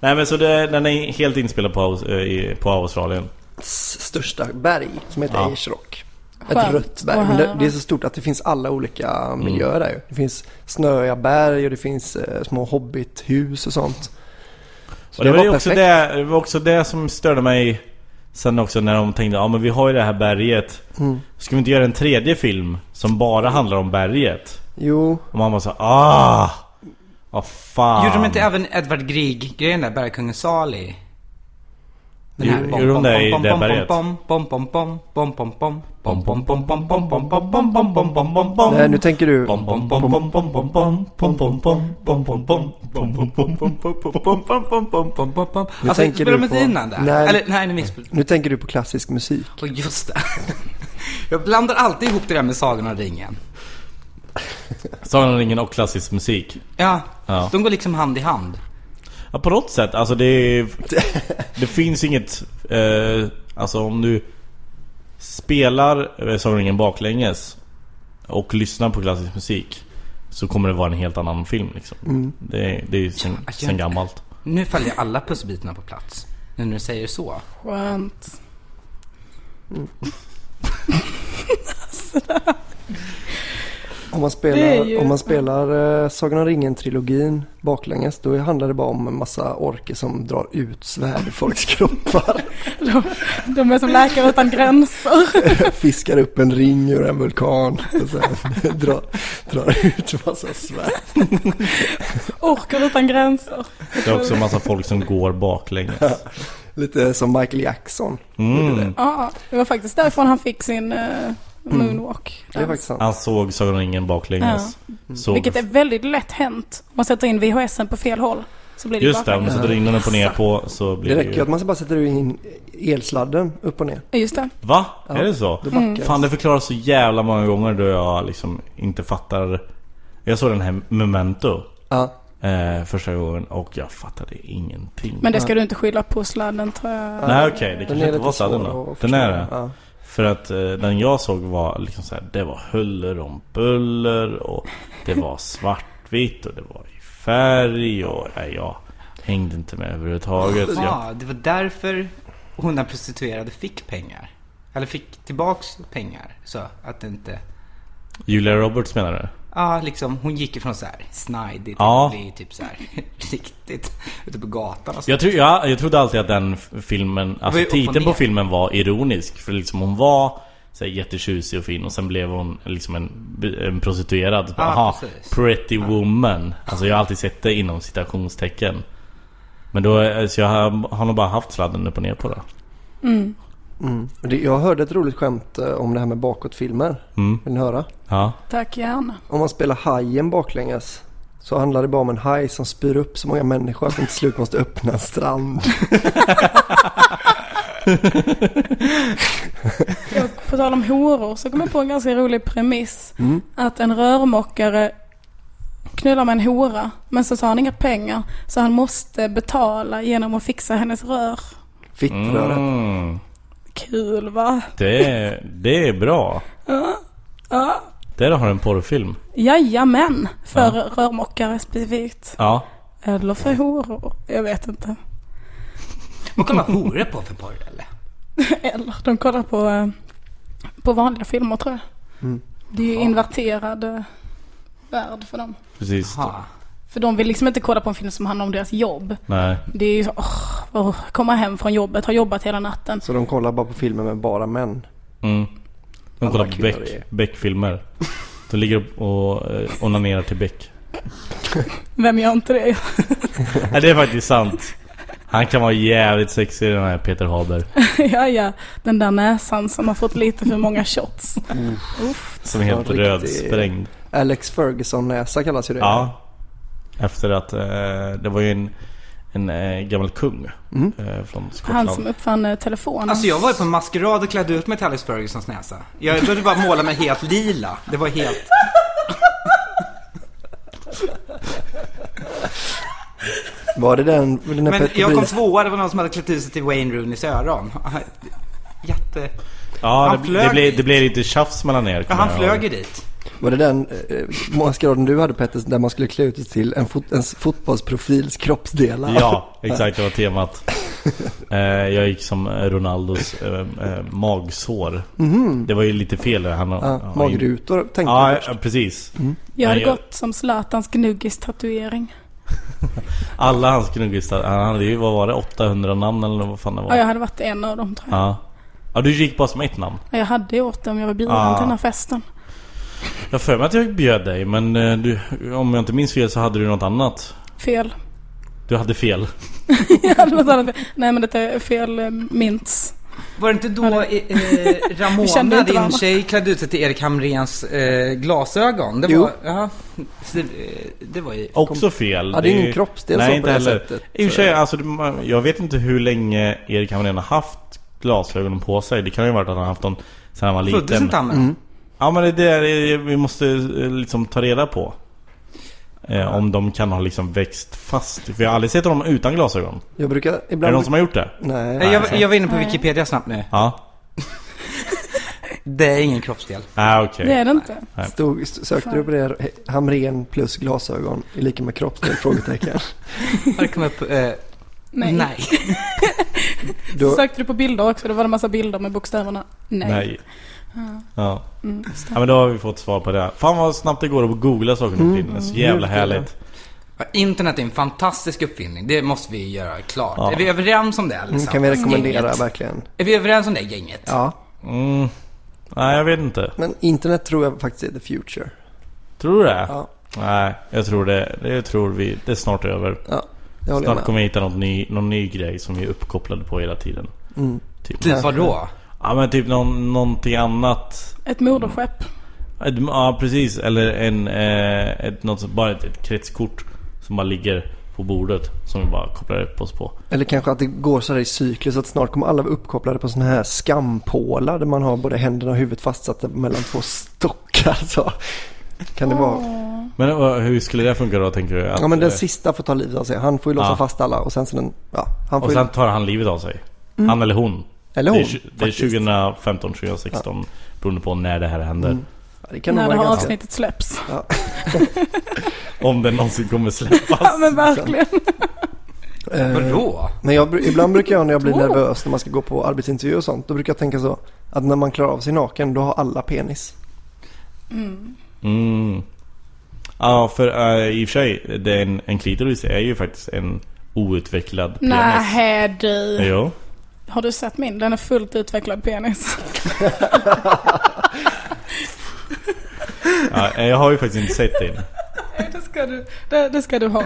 A: Nej men så det, den är helt inspelad på, Aus- eh, i- på Australien.
D: s- största berg som heter
A: Ja.
D: Ayers Rock. Ett
C: Skönt
D: rött berg.
C: att
D: Men det,
C: höra.
D: det är så stort att det finns alla olika
A: Mm.
D: miljöer där ju. Det finns snöiga berg och det finns eh, små hobbithus och sånt. Så
A: Och det, var ju också
D: perfekt.
A: det, det var också det som störde mig Sen också när de tänkte, ja men vi har ju det här berget Ska vi inte göra en tredje film som bara handlar om berget?
D: Jo,
A: Och man bara så ah! Vad fan
B: Gjorde de inte även Edvard Grieg-grejen där, Bergkungen Sali? Den här-
A: Gjorde de det i
B: Bom,
A: det
B: bom,
A: berget?
B: bom, bom, bom, bom, bom, bom, bom, bom, bom, bom, bom, bom, bom, bom, bom, bom, bom, bom, bom, bom.
D: nej, nu tänker du...
A: Bom, bom, bom, bom, bom, bom, bom, bom, bom, bom, bom, bom, bom, bom, bom, bom, bom, bom, bom, bom, bom.
B: Bom, bom, bom, bom, bom.
D: Nu
B: Alltså,
D: tänker
B: spelade
D: du
B: de
D: på-
B: inte innan där?
D: Nej.
B: Eller, nej, nu missförstod
D: Nu tänker du på klassisk musik.
B: jag. Just det. Jag blandar alltid ihop det där med Sagan om ringen.
A: Sagan om ringen och klassisk musik
B: Ja,
A: Ja.
B: de går liksom hand i hand.
A: Ja på något sätt, alltså det är, Det finns inget eh, Alltså om du Spelar eh, Sagan om ringen baklänges Och lyssnar på klassisk musik Så kommer det vara en helt annan film liksom
D: Mm.
A: det, det är ju sen,
B: Ja,
A: sen gammalt
B: Nu faller alla pusselbitarna på plats. Nu när du säger så.
C: Skönt.
D: Om man
C: Det är
D: spelar,
C: ju-
D: om man spelar eh, Sagan om ringen-trilogin baklänges, då handlar det bara om en massa orker som drar ut svärd i folks kroppar.
C: De, de är som Läkare Utan Gränser.
D: Fiskar upp en ring ur en vulkan och sen drar, drar ut massa svärd.
C: Orkar Utan Gränser.
A: Det är också en massa folk som går baklänges
D: Lite som Michael Jackson.
A: mm.
C: Ja, det var faktiskt därifrån han fick sin eh, moonwalk.
D: Mm. Det är faktiskt sant.
A: Han såg Sagan om ringen baklänges såg,
C: Vilket är väldigt lätt hänt. Om man sätter in VHSen på fel håll så blir det
A: Just det, om du
C: baklänges.
A: sätter in den upp och ner på så blir
D: Det
A: det,
D: räcker ju
A: ju
D: att man bara sätter in elsladden upp och ner.
C: Just det.
A: Va?
D: Ja.
A: Är det så?
D: Då backar
C: Mm.
A: Fan det förklarar så jävla många gånger då jag liksom inte fattar Jag såg den här Memento
D: Ja.
A: eh, första gången och jag fattade ingenting
C: Men det ska du inte skylla på sladden tror jag.
A: Nej okej, det
D: Den
A: kanske
D: är
A: inte
D: lite
A: var sladden
D: svår
A: då
D: att
A: Den
D: förstå.
A: är det?
D: Ja.
A: För att eh, den jag såg var liksom så här, det var huller om buller och det var svartvitt och det var i färg och nej, jag hängde inte med överhuvudtaget. Så Jag,
B: Ja, det var därför hon den prostituerade fick pengar. Eller fick tillbaks pengar. Så att det inte...
A: Julia Roberts menar du?
B: Ja, liksom hon gick ifrån så här snajdigt
A: Ja.
B: till att bli typ så här riktigt ute på gatan och så.
A: Jag, tror, jag, jag trodde alltid att den f- filmen,
B: var
A: alltså
B: ju upp och
A: titeln på
B: ner.
A: filmen var ironisk. För liksom hon var så här, jättetjusig och fin och sen blev hon liksom en, en prostituerad.
B: Ja,
A: Aha,
B: precis.
A: pretty woman. Alltså jag har alltid sett det inom citationstecken. Men då, eh, så jag har, har nog bara haft sladden upp och ner på det.
D: Mm. Och det- Jag hörde ett roligt skämt eh, om det här med bakåtfilmer.
A: Mm.
D: Vill ni höra?
A: Ja.
C: Tack gärna.
D: Om man spelar hajen baklänges så handlar det bara om en haj som spyr upp så många människor att den till slut måste öppna en strand.
C: Och på tal om horor så kom jag på en ganska rolig premiss. Att en rörmokare knullar med en hora men så har han inga pengar så han måste betala genom att fixa hennes rör.
D: Fittröret.
A: Mm.
C: Kul va?
A: Det, är- det är bra.
C: Ja.
A: Där har du en porrfilm.
C: Jajamän, för rörmokare specifikt.
A: Ja.
C: Eller för horor, jag vet inte.
B: Vad kollar horor på för porr eller?
C: Eller de kollar på, eh, på vanliga filmer tror jag. Det är ju inverterad eh, värld för dem.
A: Precis.
B: Aha.
C: För de vill liksom inte kolla på en film som handlar om deras jobb.
A: Nej.
C: Det är ju så, åh, åh, komma hem från jobbet, ha jobbat hela natten.
D: Så de kollar bara på filmer med bara män.
A: Mm. De
D: Alla
A: kollar på
D: kvinnor
A: Beck,
D: är-
A: Beck-filmer. De ligger och eh, onanerar till Beck.
C: Vem gör inte det?
A: Nej, det är faktiskt sant. Han kan vara jävligt sexig den här Peter Haber.
C: ja, ja. Den där näsan som har fått lite för många shots. Uff.
A: Som är helt
D: Ja, riktig-
A: rödsprängd.
D: Alex Ferguson-näsa kallas ju det.
A: Ja. Efter att eh, det var ju en, en eh, gammal kung
D: Mm.
A: eh, från Skottland.
C: Han som uppfann eh, telefonen.
B: Alltså jag var ju på en maskerad och klädde ut mig till Alice Fergusons näsa. Jag behövde bara måla mig helt lila. Det var helt...
D: Var det den? den där
B: Men
D: Petter
B: jag kom
D: Tobias-
B: tvåa, det var någon som hade klätt ut sig till Wayne Rooneys öron. Jätte...
A: Ja,
B: Han
A: det, det,
B: flög
A: blev,
B: dit.
A: det blev lite tjafs mellan er.
B: Ja,
A: kommer
B: han
A: jag
B: flög
A: ihåg.
B: ju dit.
D: Var det den eh, maskeraden du hade Petter, där man skulle klä ut sig till en, fot, en fotbollsprofils kroppsdelar?
A: Ja, exakt. Det var temat. Eh, jag gick som eh, Ronaldos eh, eh, magsår. Det var ju lite fel. där. Han,
D: Mhm. Ja,
A: han-
D: magrutor tänkte jag
A: Ja,
D: först.
A: ja, precis.
C: jag hade
A: Nej, jag-
C: gått som Zlatans gnuggis-tatuering.
A: Alla hans gnuggisar. Han hade ju, vad var det, 800 namn eller vad fan det var.
C: Ja, jag hade varit en av dem tror jag.
A: Ja. ja, du gick bara som ett namn.
C: Ja. Jag hade gjort det om jag var bjuden
A: Ja.
C: till den här festen.
A: Jag har för mig att jag bjöd dig men eh, du, om jag inte minns fel så hade du något annat.
C: Fel.
A: Du hade fel.
C: Jag hade något annat fel. Nej, men det är fel eh, mints.
B: Var det inte då eh,
C: Vi kände
B: Ramona,
C: inte
B: din
C: varandra.
B: tjej, klädde ut sig till Erik Hamréns eh, glasögon? Det
D: Jo.
B: var, ja, Så, eh, det var ju...
A: Också fel.
D: Ja, det är
A: ju-
D: ingen kroppsdel
A: Nej,
D: så
A: inte
D: på det
A: heller.
D: sättet.
A: I och för sig, alltså, det- man- jag vet inte hur länge Erik Hamrén har haft glasögonen på sig. Det kan ju ha varit att han har haft dem sedan han var
B: Föddes
A: liten.
B: inte han med?
D: Mm.
A: Ja men det där är, vi måste eh, liksom ta reda på. Eh, om de kan ha liksom växt fast. För jag har aldrig sett dem utan glasögon.
D: Jag brukar
A: Är det
D: ibland...
A: någon som har gjort det?
D: Nej.
B: Eh, Jag, jag var inne på
C: Nej.
B: Wikipedia snabbt nu.
A: Ja.
B: Det är ingen kroppsdel.
A: Nej okej.
C: Det är det inte.
A: Nej.
D: Stod, s- sökte du på det här, Hamren plus glasögon är lika med kroppsdel? Frågetecken.
B: Har det kommit upp? Eh, nej.
C: Så
D: Då,
C: sökte du på bilder också. Det var en massa bilder med bokstäverna nej.
A: Nej. Ja.
C: Mm, just det.
A: ja men då har vi fått svar på det. Fan vad snabbt det går att googla saker nu för tiden. Det är så jävla
D: Mm.
A: härligt.
B: Ja, Internet är en fantastisk uppfinning. Det måste vi göra klart.
A: Ja.
B: Är vi överens om det
D: mm,
B: allesammans?
D: kan vi rekommendera
B: Gänget.
D: verkligen.
B: Är vi överens om det gänget?
D: Ja,
A: Mm. Nej jag vet inte.
D: men internet tror jag faktiskt är the future.
A: Tror du det?
D: Ja,
A: Nej jag tror det. Det tror vi. Det är snart över.
D: det håller
A: Snart
D: jag med.
A: kommer vi hitta något ny, någon ny grej som vi är uppkopplade på hela tiden.
D: Mm.
A: Typ.
B: Typ vadå?
A: Ja men typ någon, någonting annat.
C: Ett moderskepp.
A: Ett- Ja precis, eller en, eh, ett, något, som- bara ett, ett kretskort som bara ligger på bordet som vi bara kopplar upp oss på.
D: Eller kanske att det går så här i cykler så att snart kommer alla vara uppkopplade på sådana här skampålar där man har både händerna och huvudet fastsatta mellan två stockar. Så. Kan det vara?
C: Åh.
A: Men eh, hur skulle det funka då tänker du? Att,
D: Ja men den
A: eh,
D: sista får ta livet av sig. Han får ju låsa
A: Ja.
D: fast alla och sen så den, ja, han får
A: och
D: ju,
A: sen tar han livet av sig. Han eller hon.
D: Eller Mm. hon.
A: det är, tju- det är
D: faktiskt.
A: 2015, 2016 beroende på när det här händer.
D: Mm. Ja, det kan nog
C: När det
D: vara
C: här
D: ganska...
C: avsnittet släpps.
A: Om den någonsin kommer släppas.
C: Ja men verkligen.
D: Eh,
B: Vadå?
D: Men jag, bru- ibland brukar jag när jag blir
C: Oh.
D: nervös när man ska gå på arbetsintervju och sånt, då brukar jag tänka så att när man klarar av sig naken, då har alla penis.
C: Mm.
A: Mm. Ja, för eh, i och för sig, den, en klitoris är ju faktiskt en outvecklad penis.
C: Nej du.
A: Jo.
C: Har du sett min? Den är fullt utvecklad penis.
A: Ja, jag har ju faktiskt inte sett din.
C: det, ska du, det, det ska du ha.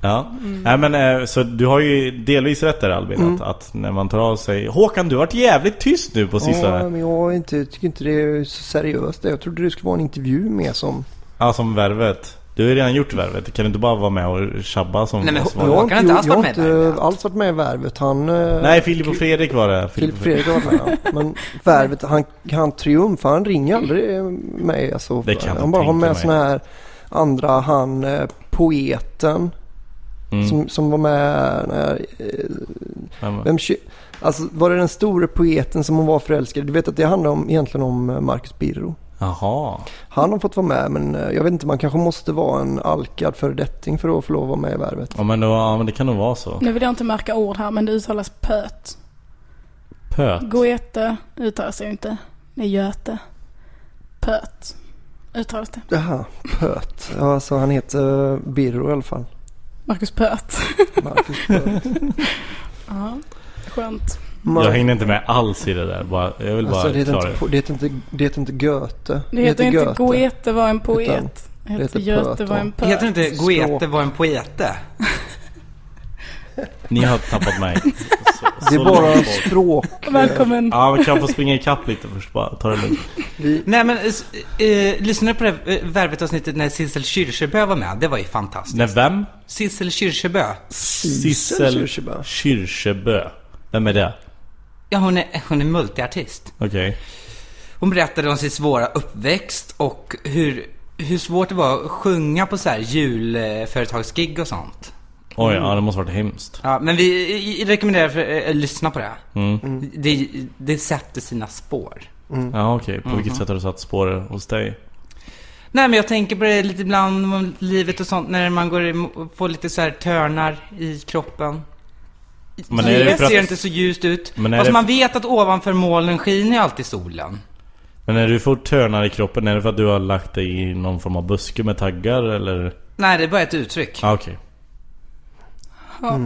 A: Ja. Nej, men, eh, så du har ju delvis rätt där Albin, att, att när man tar av sig... Håkan, du har varit jävligt tyst nu på sistone.
D: Ja, men jag är inte, tycker inte det är så seriöst. Jag trodde det skulle vara en intervju med som...
A: Ja, som värvet. Du har ju redan gjort värvet. Kan du inte bara vara med och tjabba som
B: Nej, men
A: som
B: hon-
A: var-
B: Håkan har inte alls
D: jag har
B: varit med i
D: inte
B: Värvet.
D: alls varit med i Värvet. Han... eh,
A: Nej, Filip och Fredrik var det.
D: Filip och Fredrik har varit med. ja. Men Värvet, han, han Triumf, han ringer aldrig eh, mig. Alltså,
A: Det kan
D: han
A: jag
D: bara har
A: tänka
D: med
A: mig.
D: såna här andra, han eh, poeten
A: Mm.
D: som, som var med när, eh,
A: Vem-
D: Vem kö- alltså var det den store poeten som hon var förälskad i? Du vet att det handlar om, egentligen om eh, Marcus Birro.
A: Jaha.
D: Han har fått vara med men eh, jag vet inte, man kanske måste vara en alkad föredetting för att få lov att vara med i Värvet.
A: Ja men, då, ja, men det kan nog vara så.
C: Nu vill jag inte märka ord här men det uttalas pöt.
A: Pöt.
C: Goethe uttalas ju inte. Det är Göte. Pöt. Uttalas det.
D: Jaha, Pöt. Ja, alltså han heter eh, Birro i alla fall.
C: Marcus Pöt.
D: Marcus Pöt.
C: Ja. Skönt.
D: Man,
A: Jag hängde inte med alls i det där. Bara, jag vill bara
D: alltså, det, heter
A: klara
D: inte,
A: det.
D: po- det, heter inte, det heter inte Goethe.
C: Det heter inte Goethe var en
D: Utan
C: poet. Det heter
D: heter
C: Göte
D: pöt
C: var
D: då.
C: en
B: Heter
C: pöt.
B: inte
D: Stråk.
B: Goethe var en poete?
A: Ni har tappat mig. Så,
D: Det är
A: så
D: bara
A: långt bort.
D: språk. eh,
C: Välkommen.
A: Ja men kan jag få springa ikapp lite först bara? Ta det lugnt.
D: Vi,
B: Nej men, äh, lyssnade du på det eh, Värvet-avsnittet när Sissel Kyrkjebø var med? Det var ju fantastiskt.
A: Nej, vem?
B: Sissel Kyrkjebø.
D: Sissel Kyrkjebø.
A: Kyrkjebø. Vem är det?
B: Ja, hon är, hon är multiartist.
A: Okej.
B: Hon berättade om sin svåra uppväxt och hur, hur svårt det var att sjunga på så här julföretagsgig och sånt.
A: Oj, ja det måste varit hemskt.
B: Ja, men vi i- i- rekommenderar för, eh, att lyssna på det.
A: Mm.
B: det. Det sätter sina spår.
A: Ja okej, på vilket sätt har du satt spår hos dig?
B: Nej men jag tänker på det lite ibland om livet och sånt när man går emo- får lite så här törnar i kroppen.
A: Men
B: det
A: är det för
B: ser
A: att,
B: inte så ljust ut.
A: Men är
B: Fast
A: det-
B: man vet att ovanför molnen skiner ju alltid solen.
A: men när du får törnar i kroppen, är det för att du har lagt dig i någon form av buske med taggar eller?
B: Nej, det är bara ett uttryck.
A: Ja okej.
C: Ja.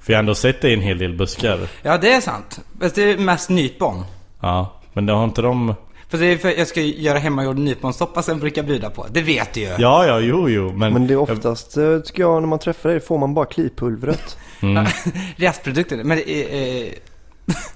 A: För jag har ändå sett dig i en hel del buskar.
B: Ja, det är sant. Fast det är mest nypon.
A: Ja, men det har inte de...
B: För det är för jag ska ju göra hemmagjord nyponsoppa sen brukar jag bjuda på. Det vet du ju.
A: Ja, ja, jo, jo, men...
D: Men det är oftast, eh, tycker jag, när man träffar dig får man bara klipulvret.
A: Mm.
B: Restprodukter. Men det är... Eh...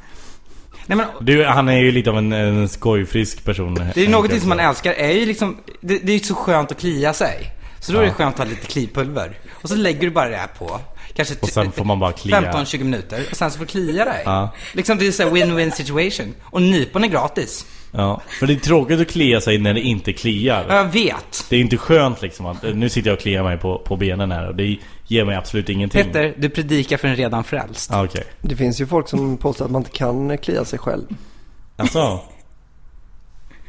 B: Nej men
A: Du, han är ju lite av en, en skojfrisk person.
B: Det är ju någonting som man älskar, är ju liksom, det, det är ju så skönt att klia sig. Så då är det
A: Ja.
B: skönt att ha lite klipulver. Och så lägger du bara det här på. Kanske
A: Och sen får man bara klia.
B: 15-20 minuter och sen så får du klia dig.
A: Ja.
B: Liksom det är såhär win-win situation. Och nypon är gratis.
A: Ja, för det är tråkigt att klia sig när det inte
B: Ja,
A: kliar.
B: Jag vet.
A: Det är ju inte skönt liksom att nu sitter jag och kliar mig på, på benen här och det ger mig absolut ingenting.
B: Petter, du predikar för en redan frälst.
A: Ah, Okej.
D: Det finns ju folk som påstår att man inte kan eh, klia sig själv.
A: Alltså.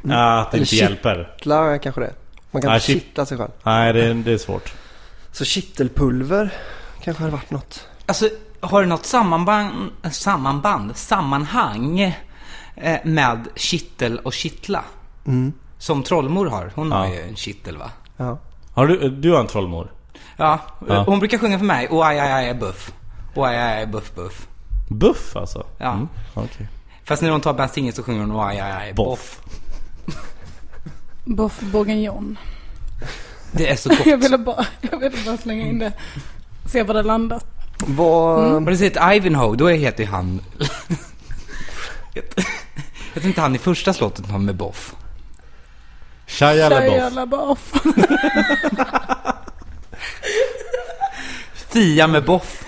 A: Ah, att det
D: Eller
A: inte
D: Mm. shit.
A: hjälper.
D: Kittla kanske det. Man kan
A: Ja,
D: inte
A: kitt-
D: kittla sig själv.
A: Nej, det, det är svårt.
D: Så kittelpulver kanske hade varit något.
B: Alltså, har du något sammanband, sammanband sammanhang eh, med kittel och kittla? Som trollmor har. Hon har
A: Mm. Ja.
B: ju en kittel va?
D: Ja.
A: Har du, du har en trollmor?
B: Ja,
A: Ja.
B: hon brukar sjunga för mig. Och aj, aj, aj, buff. Och aj, aj, aj, buff, buff.
A: Buff alltså?
B: Ja.
A: Okej.
B: Fast när hon tar bensinen så sjunger hon och aj, aj, aj, boff.
A: Boff.
C: Boff bourguignon.
B: Det är så gott.
C: Jag ville bara, jag ville bara slänga in det. Se var det landar.
D: Vad...
C: Mm.
B: Har du sett Ivanhoe? Då heter ju han... jag tror inte han i första slottet har med boff.
A: Shia LaBeouf.
C: Shia Boff.
B: Fia med boff.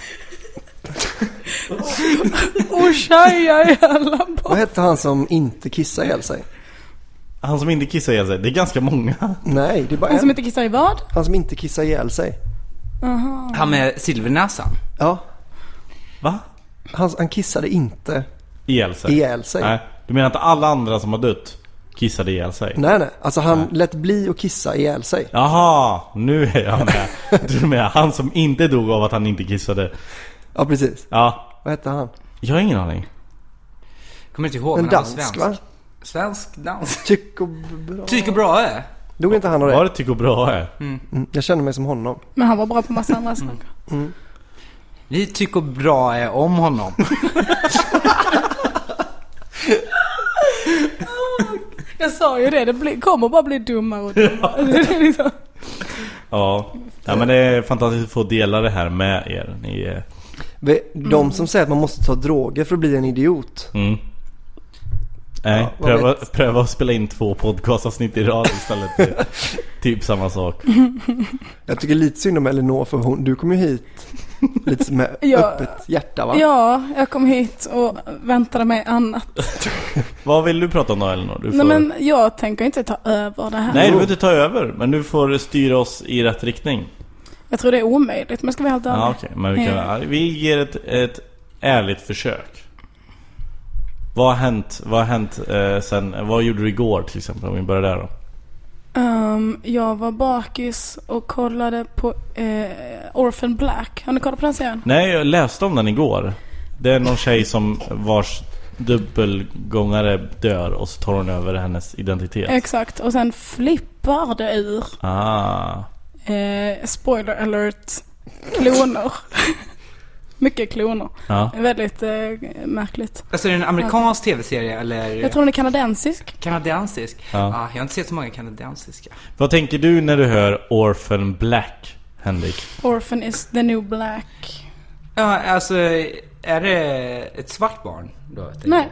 C: Och Shia Boff.
D: Vad hette han som inte kissade ihjäl sig?
A: Han som inte kissar ihjäl sig. Det är ganska många.
D: Nej, det är bara
C: Han som
D: en.
C: inte kissar i vad?
D: Han som inte kissade ihjäl sig.
C: Aha.
B: Han med silvernäsan.
D: Ja.
A: Va?
D: Han, han kissade inte
A: ihjäl sig?
D: ihjäl sig.
A: Nej, du menar inte alla andra som har dött kissade ihjäl sig?
D: Nej, nej. Alltså han
A: Nej.
D: lät bli att kissa ihjäl sig.
A: Jaha, nu är jag med. Du menar han som inte dog av att han inte kissade?
D: Ja, precis.
A: Ja,
D: Vad hette han?
A: jag har ingen aning.
B: Kommer inte ihåg,
D: En
B: men han var
D: dansk,
B: svensk.
D: va?
B: Svensk dans.
D: Tycho Brahe.
B: Tycho Brahe.
D: Dog inte han av
A: Var
D: det?
A: det Tycho Brahe?
D: Mm, jag känner mig som honom.
C: Men han var bra på massa andra
A: Mm.
C: saker.
B: Vi tycker Brahe om honom.
C: Jag sa ju det, det blir, kommer bara bli dummare och dummare. Det är liksom,
A: Ja. ja, men det är fantastiskt att få dela det här med er. Ni, eh,
D: Vi-
C: Mm.
D: De som säger att man måste ta droger för att bli en idiot.
A: mm. Nej,
D: Ja, vad
A: pröva, pröva att spela in två podcastavsnitt i rad istället. Det är typ samma sak.
D: Jag tycker lite synd om Elinor för hon, du kom ju hit lite med
C: Ja.
D: öppet hjärta va?
C: ja, jag kom hit och väntade mig annat.
A: Vad vill du prata om då Elinor? Du får...
C: Nej men jag tänker inte ta över det här.
A: Nej, du behöver inte ta över. Men du får styra oss i rätt riktning.
C: Jag tror det är omöjligt, men ska vi helt ärliga.
A: Ja, okej. Men vi, kan, ja, vi ger ett, ett ärligt försök. Vad har hänt, vad har hänt eh, sen, vad gjorde du igår till exempel? Om vi börjar där då.
C: Ehm, jag var bakis och kollade på eh, Orphan Black. Har ni kollat på den serien?
A: Nej, jag läste om den igår. Det är någon tjej som vars dubbelgångare dör och så tar hon över hennes identitet.
C: Exakt. Och sen flippar det ur,
A: ah.
C: eh, spoiler alert, kloner. Mycket kloner.
A: Ja.
C: Väldigt eh, märkligt.
B: Alltså är det en amerikansk tv-serie eller
C: Jag tror den är kanadensisk.
B: kanadensisk?
A: Ja.
B: Ah, jag har inte sett så många kanadensiska.
A: Vad tänker du när du hör Orphan Black, Henrik?
C: Orphan is the new black.
B: Ja, alltså är det ett svart barn då? tänker jag?
C: Nej.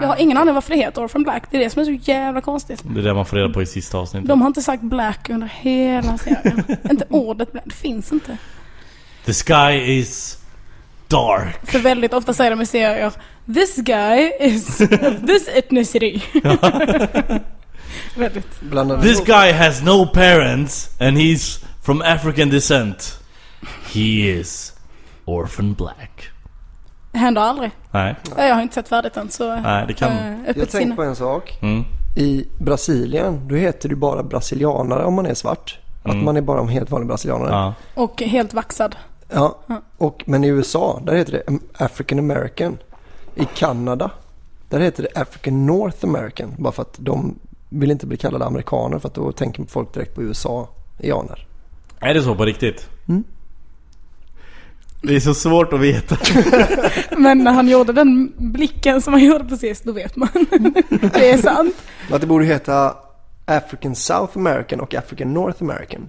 C: Jag har ingen aning varför det heter Orphan Black. Det är det som är så jävla konstigt.
A: Det är det man får reda på i sista avsnittet.
C: De har inte sagt black under hela serien. inte ordet black. Det finns inte.
A: The sky is dark.
C: För väldigt ofta säger de i serier This guy is of this ethnicity. väldigt.
D: Blandade
A: This guy has no parents and he's from African descent. He is Orphan Black.
C: Det händer aldrig.
A: Nej,
C: Jag har inte sett färdigt än så
A: nej det kan...
C: eh,
D: Jag
C: öppet
D: tänkte
C: sinne.
D: på en sak.
A: Mm.
D: I Brasilien, då heter det ju bara brasilianare om man är svart. Att man är bara en helt vanlig brasilianare. Ja.
A: Ja.
C: Och helt vaxad.
D: Och, men i USA, där heter det African American. I Kanada, där heter det African North American. Bara för att de vill inte bli kallade amerikaner för att då tänker folk direkt på USA-ianer.
A: Är det så på riktigt? Mm. Det är så svårt att veta.
C: Men när han gjorde den blicken som han gjorde precis, då vet man. det är sant.
D: Att det borde heta African South American och African North American.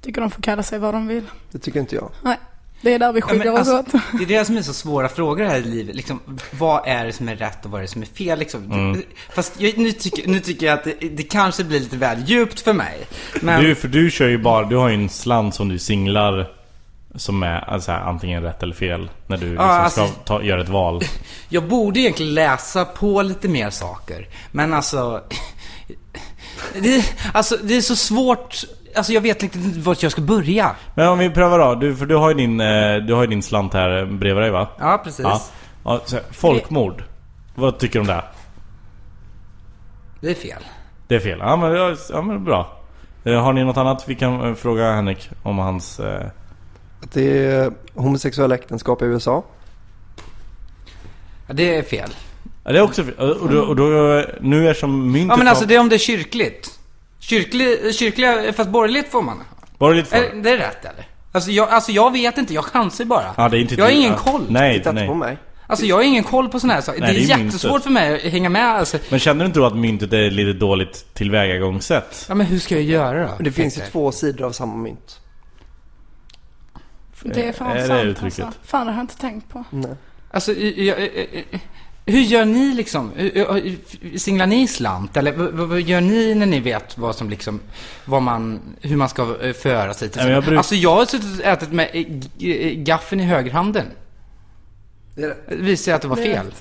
C: Tycker de får kalla sig vad de vill.
D: Det tycker inte jag.
C: Nej, det är där vi skiljer
B: men alltså-
C: oss åt.
B: Det är det som är så svåra frågor här i livet. Liksom, vad är det som är rätt och vad är det som är fel? Liksom. Fast jag, nu, tycker, nu tycker jag att det, det kanske blir lite väl djupt för mig. Men
A: Du, för du kör ju bara, du har ju en slant som du singlar som är alltså, här, antingen rätt eller fel när du liksom
B: alltså-
A: ska ta, göra ett val.
B: jag borde egentligen läsa på lite mer saker. Men alltså... Det, alltså, det är så svårt. Alltså jag vet inte vart jag ska börja.
A: Men om vi prövar då, du, för du har ju din, eh, du har ju din slant här bredvid dig va?
B: Ja, precis.
A: Ja, så här, folkmord. Vad tycker du om det?
B: Det är fel.
A: Det är fel. Ja men, ja, ja, men bra. Eh, Har ni något annat vi kan eh, fråga Henrik om hans... Eh...
D: Att det är homosexuella äktenskap i USA.
B: Ja, det är fel.
A: Ja, det är också fel. Eh, Och, då, och då, nu är som myntet
B: Ja, men alltså det är om det är kyrkligt. Kyrklig, kyrkliga, fast borgerligt får man.
A: Var det lite för?
B: Är det är rätt eller? Alltså jag, alltså jag vet inte, jag chansar bara.
A: Ja, det är inte
B: jag har
A: du-
B: ingen
A: ja.
B: koll.
A: Nej,
D: Titta inte
A: nej.
D: på mig.
B: Alltså jag har ingen koll på sådana här saker.
A: Nej,
B: det är,
A: det är myntet.
B: jättesvårt för mig att hänga med alltså.
A: Men känner du inte då att myntet är lite dåligt tillvägagångssätt?
B: Ja men hur ska jag göra då?
D: Men det finns
B: Tänkte
D: ju
B: jag.
D: två sidor av samma mynt.
C: Det är fan
A: Är det
C: sant
A: uttrycket?
C: alltså. Fan, det har jag inte tänkt på.
D: Nej.
B: Alltså, i- i- i- i- hur gör ni liksom? Hur- hur- Singlar ni slant? Eller vad- vad vad gör ni när ni vet vad som liksom, vad man, hur man ska eh, föra sig till
A: Nej, men jag bruk-
B: Alltså jag har suttit och ätit med eh, g- eh, gaffeln i högerhanden.
D: Det är det.
B: Det visar sig att det var
C: Det är
B: fel.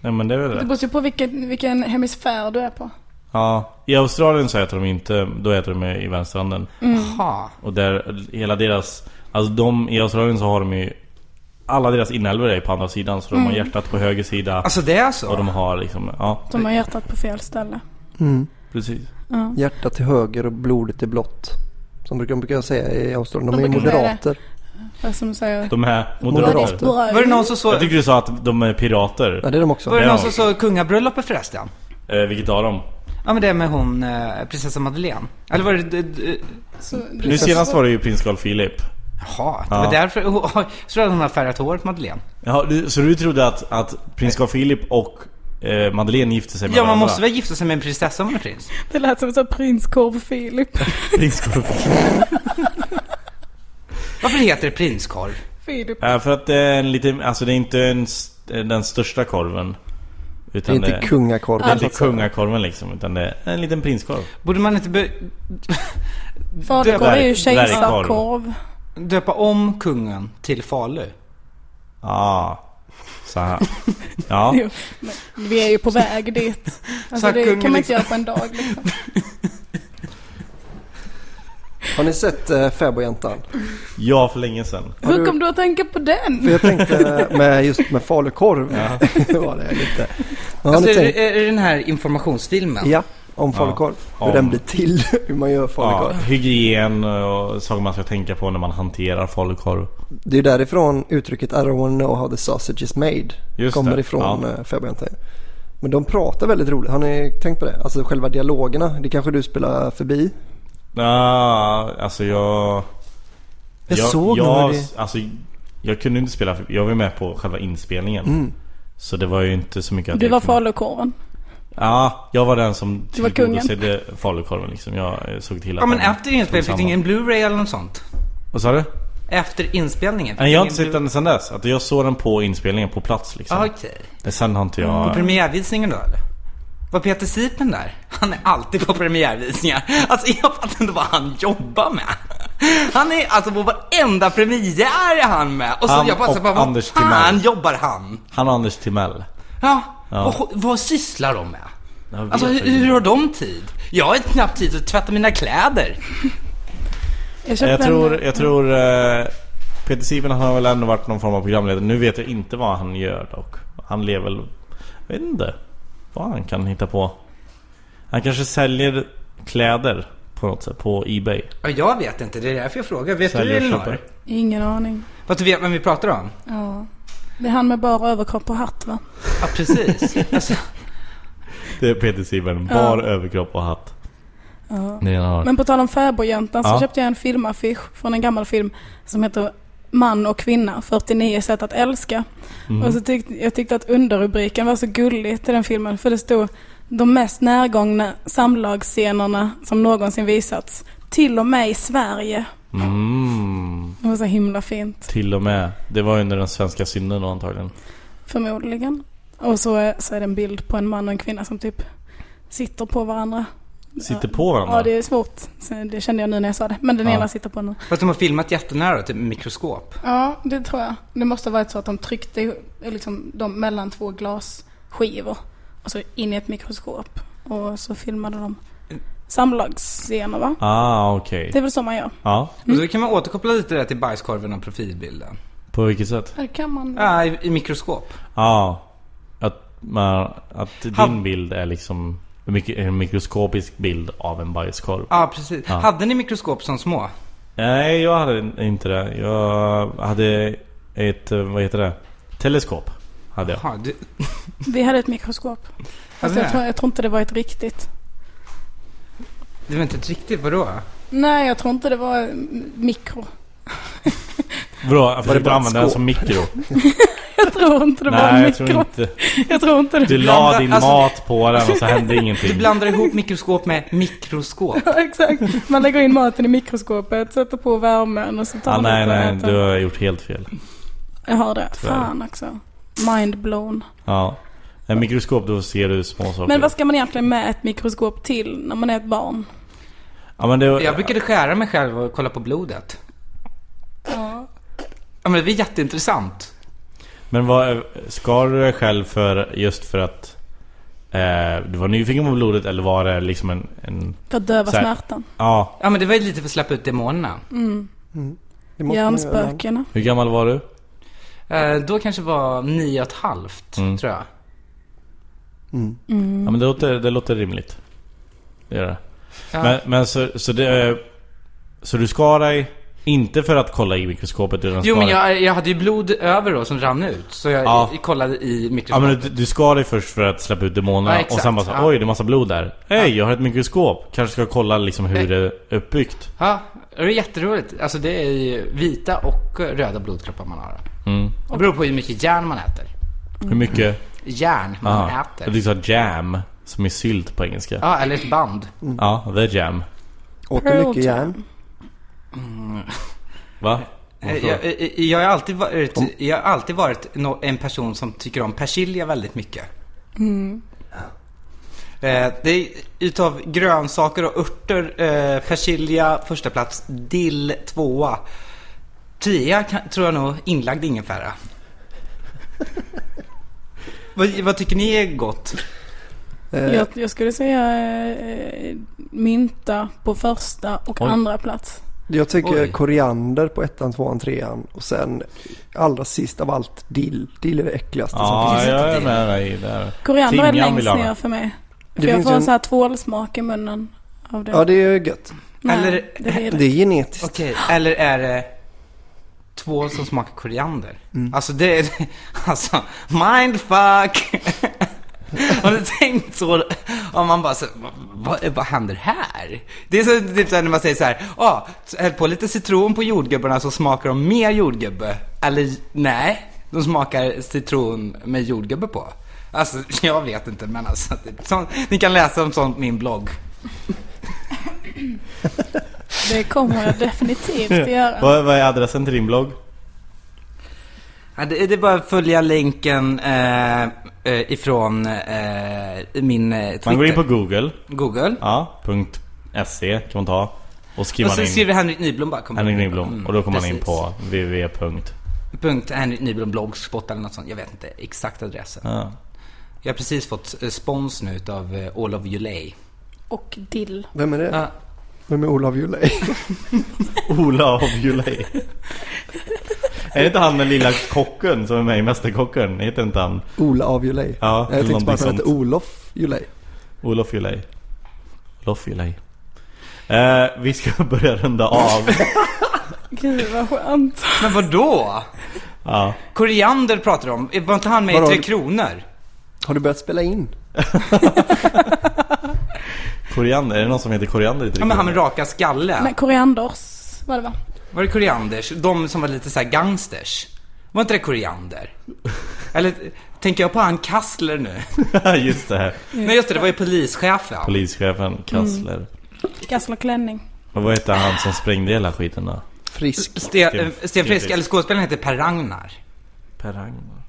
A: Nej men det är väl
C: Det
A: det.
C: beror ju på vilken, vilken hemisfär du är på.
A: Ja. I Australien så äter de inte, då äter de i
B: Mm.
A: vänsterhanden.
B: Jaha.
A: Och där, hela deras... Alltså de, i Australien så har de ju alla deras inälvor är ju på andra sidan. Så de har
C: Mm.
A: hjärtat på höger sida.
B: Alltså det är
A: Och
B: så?
A: de har liksom, ja
C: De har hjärtat på fel ställe.
D: Mm.
A: precis.
C: Ja.
D: Hjärta till höger och blodet är blått. Som brukar, brukar jag säga i Australien. De,
C: De
D: är
C: brukar säga
D: moderater.
C: Det är som du säger.
A: De är moderater.
D: Moderater.
C: Bröd.
B: Var det någon som
A: Jag
B: såg,
A: tycker du sa att de är pirater.
D: Ja, det är de också.
B: var det
A: Ja.
B: någon som såg kungabröllopet förresten?
A: Eh, vilket av dem?
B: Ja men det är med hon, eh, prinsessa Madeleine. Eller var det... d- d-
C: Så-
A: Nu senast var det ju prins Carl Philip.
B: Jaha, det
A: Ja.
B: var därför... Oh, jag tror att hon har färgat håret, Madeleine.
A: Jaha, du, så du trodde att, att prins Carl Philip och eh, Madeleine gifte sig med
B: Ja, man
A: varandra?
B: måste väl gifta sig med en prinsessa om man är prins?
C: Det lät som så prinskorv Filip.
A: Prins Carl Philip.
B: Varför heter det prinskorv?
C: Filip.
A: Ja, för att det är en lite, alltså det är inte en, st- den största korven.
D: Det är
A: Utan
D: inte kungakorven.
A: det är inte
D: så att säga.
A: kungakorven liksom, utan det är en liten prinskorv.
B: Borde man inte be,
C: Falukorv är ju
A: Dvärg-
C: kejsarkorv.
B: döpa om kungen till Falu?
A: Ja, ah, så här. Ja,
C: Jo, men vi är ju på väg dit. Alltså
B: här
C: det
B: kung
C: kan man
B: liksom-
C: inte göra på en dag liksom.
D: Har ni sett äh, Fäbodjäntan?
A: ja för länge sedan.
D: Har
C: Hur
D: du-
C: kom du att tänka på
D: För
C: den?
D: jag tänkte eh, med just med falukorv. det var det lite. Ja, har
B: alltså,
D: ni
B: är,
D: tänkt?
B: det- är det den här informationsfilmen?
D: Ja, om falukorv.
A: Ja.
D: Hur den blir till. Hur man gör
A: Ja,
D: falukorv.
A: hygien och saker man ska tänka på när man hanterar falukorv.
D: Det är ju därifrån uttrycket I don't wanna know how the sausage is made.
A: Just
D: kommer
A: det,
D: ifrån
A: ja.
D: ja. Fäbodjäntan. Men de pratar väldigt roligt. Har ni tänkt på det? Alltså själva dialogerna. Det kanske du spelar förbi.
A: Ja, alltså jag...
D: Jag såg
A: jag,
D: nog det.
A: alltså, jag kunde inte spela, för jag var med på själva inspelningen.
D: Mm.
A: Så det var ju inte så mycket att
C: Du
A: jag
C: var
A: kunde-
C: falukorven.
A: Ja, jag var den som
C: Du var kungen.
A: tillgodosedde falukorven liksom. Jag eh, såg till att
B: Ja men
A: den-
B: efter inspelningen fick du ingen Blu-ray eller något sånt?
A: Vad sa du?
B: Efter inspelningen? fick
A: Nej,
B: du
A: jag har
B: ingen
A: inte sett
B: Blu-
A: den sen dess. Att jag såg den på inspelningen på plats liksom.
B: Ah, okej.
A: Men sen har inte
B: På
A: jag...
B: premiärvisningen då eller? Var Peter Sipen där? Han är alltid på premiärvisningar. Alltså jag fattar inte vad han jobbar med. Han är alltså på varenda premiär är han med. Och så
A: Han
B: jag bara, så
A: och
B: bara vad
A: Anders
B: fan
A: Timell.
B: jobbar han?
A: Han och Anders Timell.
B: Ja,
A: Ja.
B: Vad, vad sysslar de med?
A: Jag vet
B: Alltså hur,
A: faktiskt
B: hur
A: inte.
B: har de tid? Jag har knappt tid att tvätta mina kläder.
C: Jag, köpte
A: Jag
C: en-
A: tror, jag tror eh, Peter Siben han har väl ändå varit någon form av programledare. Nu vet jag inte vad han gör dock. Han lever väl... Jag vet inte vad han kan hitta på. Han kanske säljer kläder på något sätt på Ebay.
B: Ja, jag vet inte, det är därför jag frågar. Vet
A: Säljer
B: du
A: och
B: Elinor?
A: köper.
C: Ingen aning.
B: För att du vet vem vi pratar om?
C: Ja. Det är han med bara överkropp och hatt va?
B: Ja, precis. alltså,
A: Det är Peter Siben.
C: Ja.
A: Bar överkropp och hatt.
C: Ja.
A: Det är han har.
C: Men på tal om fäbodjäntan så
A: Ja.
C: köpte jag en filmaffisch från en gammal film som heter Man och kvinna, 49 sätt att älska. Och så tyckte, jag tyckte att underrubriken var så gullig till den filmen för det stod de mest närgångna samlagsscenerna som någonsin visats. Till och med i Sverige.
A: Mm,
C: Det var så himla fint.
A: till och med. Det var ju under den svenska synden då antagligen.
C: Förmodligen. Och så är, så är det en bild på en man och en kvinna som typ sitter på varandra.
A: Sitter på varandra.
C: Ja, det är svårt. Så Det kände jag nu när jag sa det. Men den
A: Ja.
C: ena sitter på den
B: för att de har filmat jättenära, typ med mikroskop.
C: Ja, det tror jag. Det måste ha varit så att de tryckte ihop- liksom, de mellan två glasskivor och så in i ett mikroskop. Och så filmade de samlagsscener va?
A: Ah, okej.
C: Det är väl så man gör?
A: Ja,
B: Och då kan man återkoppla lite där till bajskorven och profilbilden.
A: på vilket sätt?
C: Här kan man...
B: Ja, i, i mikroskop.
A: Ja. Att, man, att din
B: Han-
A: bild är liksom en mik- en mikroskopisk bild av en bajskorv.
B: Ja, precis.
A: Ja.
B: Hade ni mikroskop som små?
A: Nej, jag hade in- inte det. Jag hade ett, eh, vad heter det? Teleskop. Hade jag.
B: Jaha, du,
C: Vi hade ett mikroskop. Fast
B: det?
C: jag tror, jag tror inte det var ett riktigt.
B: det var inte ett riktigt, vadå?
C: Nej, jag tror inte det var mm, mikro.
A: Vadå? Jag försökte
D: bara ett
A: använda den
D: skåp?
A: som mikro.
C: Jag tror inte det var en
A: Nej, jag
C: mikro.
A: tror inte.
C: Jag tror inte det.
A: Du la din
B: Alltså-
A: mat på den och så hände ingenting.
B: Du blandar ihop mikroskop med mikroskop.
C: Ja, Exakt. Man lägger in maten i mikroskopet, sätter på värmen och så tar
A: Ah,
C: man
A: nej,
C: upp den och
A: nej.
C: äter.
A: Du har gjort helt fel.
C: Jag har det.
A: Tyvärr.
C: Fan också. Mind blown.
A: Ja. En mikroskop, då ser du små saker.
C: Men vad ska man egentligen med ett mikroskop till när man är ett barn?
A: ja, men det,
B: Jag brukade skära mig själv och kolla på blodet.
C: Ja.
B: Ja, men det är jätteintressant.
A: Men vad, skar du dig själv för, just för att eh, du var nyfiken på blodet eller var det liksom en... en
C: För att döva
A: Så här.
C: smärtan.
A: ja,
B: Ja, men det var ju lite för att släppa ut demonerna.
C: Mm.
D: Det måste man göra.
C: Hjärnspökena.
A: hur gammal var du?
B: Eh, Eh, då kanske var nio och ett halvt,
A: Mm.
B: tror jag.
D: Mm.
A: Ja, men det låter, det låter rimligt. Det gör det.
B: Ja.
A: Men, men så, så det... eh, Så du skar dig inte för att kolla i mikroskopet utan
B: Jo,
A: skar
B: men
A: dig-
B: jag, jag hade ju blod över då som rann ut. Så jag
A: Ja.
B: i- kollade i
A: Ja
B: mikrofonen.
A: men du, du skar dig först för att släppa ut demonerna
B: Ja,
A: och
B: exakt.
A: sen bara så,
B: Ja.
A: oj det är massa blod där.
B: Ja.
A: Hej jag har ett mikroskop, kanske ska kolla liksom hur
B: Nej.
A: det är uppbyggt.
B: Ja, det är jätteroligt. Alltså det är ju vita och eh, röda blodkroppar man har.
A: Mm.
B: Det beror på hur mycket järn man äter.
A: Hur mycket? Ah.
B: Järn man
A: Aha.
B: Mm. äter.
A: Du sa jam, som är sylt på engelska.
B: Ja, eller ett band.
A: Mm. Ja, the jam.
D: Åt du
C: Pearl
D: mycket järn?
C: jam.
A: Va?
B: Eh, Jag, eh, jag, har alltid varit, jag har alltid varit nå- en person som tycker om persilja väldigt mycket.
C: Mm.
B: Eh, Det är utav grönsaker och örter, eh, persilja första plats, dill tvåa. Tia kan, tror jag nog inlagd ingefära. vad, vad tycker ni är gott?
D: Eh,
C: Jag, jag skulle säga eh, mynta på första och
A: Oj.
C: andra plats.
D: Jag tycker
B: Oj.
D: koriander på ettan, tvåan, trean och sen allra sist av allt dill. Dill är det äckligaste som
A: Ah, Ja,
D: finns.
A: jag är
B: det.
A: med dig där.
C: Koriander är
A: Timjan vill
C: längst
A: jag ha.
C: ner för mig.
D: Det
C: För jag
D: finns
C: får
D: en-
C: en sån här tvålsmak i munnen av det.
D: Ja, det är gött.
C: Nej,
B: Eller-
C: det blir det.
D: Det är genetiskt.
B: Okej, eller är det två som smakar koriander? Alltså det är, alltså, mindfuck! Har du tänkt så? Om man bara så, vad, vad, vad händer här? Det är så, typ så här när man säger så här, ah, häll på lite citron på jordgubbarna så smakar de mer jordgubbe. Eller nej, de smakar citron med jordgubbe på. Alltså, jag vet inte men alltså, det, sånt, ni kan läsa om sånt på min blogg.
C: Det kommer jag definitivt att göra.
A: Vad, vad är adressen till din blogg?
B: Ja, det, det är bara att följa länken eh, eh, ifrån eh, min eh, Twitter.
A: Man går in på google,
B: Google.
A: ja, punkt .se kan man ta. Och skriver
B: Och så
A: man in
B: skriver Henrik Nyblom bara. kommer
A: Henrik
B: in.
A: Nyblom
B: Mm,
A: och då kommer man in
B: precis.
A: på www.
B: Punkt Henrik Nyblom bloggspot eller något sånt. Jag vet inte exakt adressen.
A: Ja.
B: Jag har precis fått eh, spons nu utav eh, All of Ulay.
C: Och dill.
D: Vem är det?
B: Ja,
D: Vem är Olav Julej?
A: Ola av Julej. är det inte han den lilla kocken som är med i Mästerkocken? Heter inte han?
D: Olav Julej.
A: Ja,
D: jag
A: eller
D: tänkte bara att han
A: någonting
D: hette
A: sånt.
D: Olof Julej.
A: Olof Julej. Olof Julej. Eh, vi ska börja runda av.
C: Gud vad skönt.
B: Men vad då?
A: ja.
B: Koriander pratar du om. Eh, Var inte han med
D: Vadå?
B: i Tre Kronor?
D: Har du börjat spela in?
A: Koriander, är det någon som heter koriander i
B: Ja, men han med
A: Trikologer?
B: raka skalle.
C: Nej, korianders var det va?
B: Var det korianders? De som var lite så här gangsters? Var inte det koriander? Eller tänker jag på han Kassler nu?
A: Just det här.
B: Nej Mm. just det, det var ju polischefen.
A: Polischefen Kassler.
C: Gassel och klänning. Och
A: Och vad heter han som sprängde hela skiten då?
D: Frisk.
B: Sten, eh, Sten
A: Sten
B: Frisk,
A: Frisk.
B: eller skådespelaren heter Per Ragnar.
A: Per Ragnar.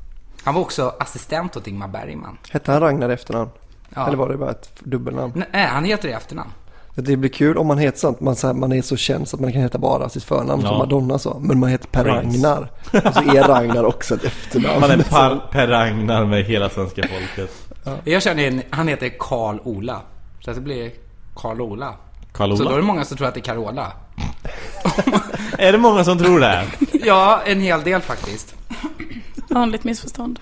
B: Han var också assistent åt Ingmar Bergman.
D: Hette han Ragnar i efternamn?
B: Ja.
D: Eller var det bara ett dubbelnamn?
B: Nej, eh, han heter det i efternamn.
D: Det blir kul om man heter sånt. Man, så här, man är så känd så att man kan heta bara sitt förnamn
A: Ja.
D: som Madonna sa. Men man heter Per
A: Prince.
D: Ragnar. Och så är Ragnar också ett efternamn.
A: Han är par, Per Ragnar med hela svenska folket.
B: Jag känner en, han heter Karl-Ola. Så att det blir Karl-Ola. Så då är
A: Karl-Ola?
B: det många som tror att det är Carola.
A: Är det många som tror det? här?
B: Ja, en hel del faktiskt.
C: Vanligt missförstånd.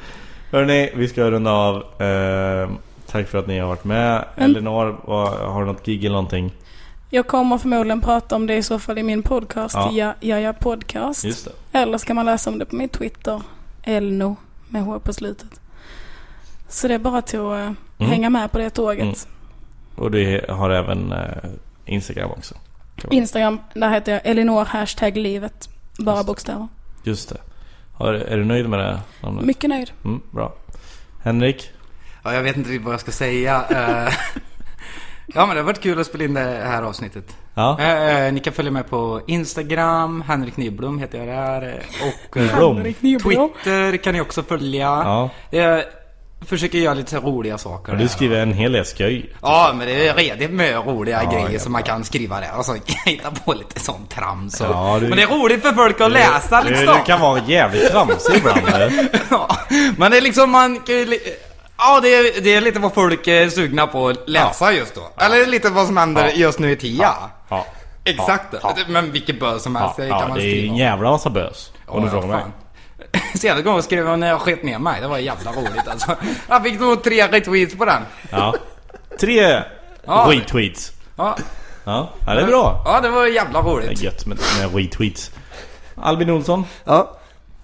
A: Hörni, vi ska runda av. Eh, tack för att ni har varit med.
C: Mm.
A: Elinor, vad- har du något gig eller någonting?
C: Jag kommer förmodligen prata om det i så fall i min podcast,
A: Ja.
C: ja. Ja, ja, podcast.
A: Just det.
C: Eller ska man läsa om det på min Twitter, Elno med H på slutet. Så det är bara till att eh, hänga med på det tåget.
A: Mm. Och du har även eh, Instagram också.
C: Instagram, där heter jag Elinor hashtag livet. Bara
A: Just det.
C: bokstäver.
A: Just det. Har, är du nöjd med det här namnet?
C: Mycket nöjd.
A: Mm, bra. Henrik?
B: Ja, jag vet inte riktigt vad jag ska säga. Eh, ja, men det har varit kul att spela in det här avsnittet.
A: Ja?
B: Eh, eh, ni kan följa mig på Instagram, Henrik Nyblom heter jag där. eh, Och eh,
A: Blom.
B: Twitter kan ni också följa.
A: Ja.
B: Jag försöker göra lite roliga saker.
A: Du skriver en hel del skoj.
B: Ja, men det är redigt med roliga
A: Ja,
B: grejer
A: jävlar.
B: som man kan skriva där. Och så hitta på lite sånt trams. Och...
A: Ja, du-
B: Men det är roligt för folk att läsa
A: Du,
B: liksom.
A: du kan vara jävligt tramsig ibland. eller?
B: Ja, men det är liksom man kan ju... li- Ja, det är, det är lite vad folk är sugna på att läsa just då. Eller lite vad som händer
A: Ja.
B: just nu i TIA.
A: Ja.
B: Exakt.
A: Ja.
B: Men vilket bös som helst
A: Ja,
B: det kan
A: ja,
B: man
A: det är
B: skriva.
A: en
B: om.
A: jävla massa bös.
B: Ja,
A: Om du frågar mig.
B: fan. Senaste gången skrev hon när jag sket ner mig. Det var jävla roligt alltså. Jag fick nog tre retweets på den.
A: Ja. Tre
B: Ja.
A: retweets.
B: Ja,
A: Ja. ja, det är bra.
B: ja det var jävla
A: Det
B: roligt.
A: är gött med, med retweets. Albin Olsson.
D: Ja,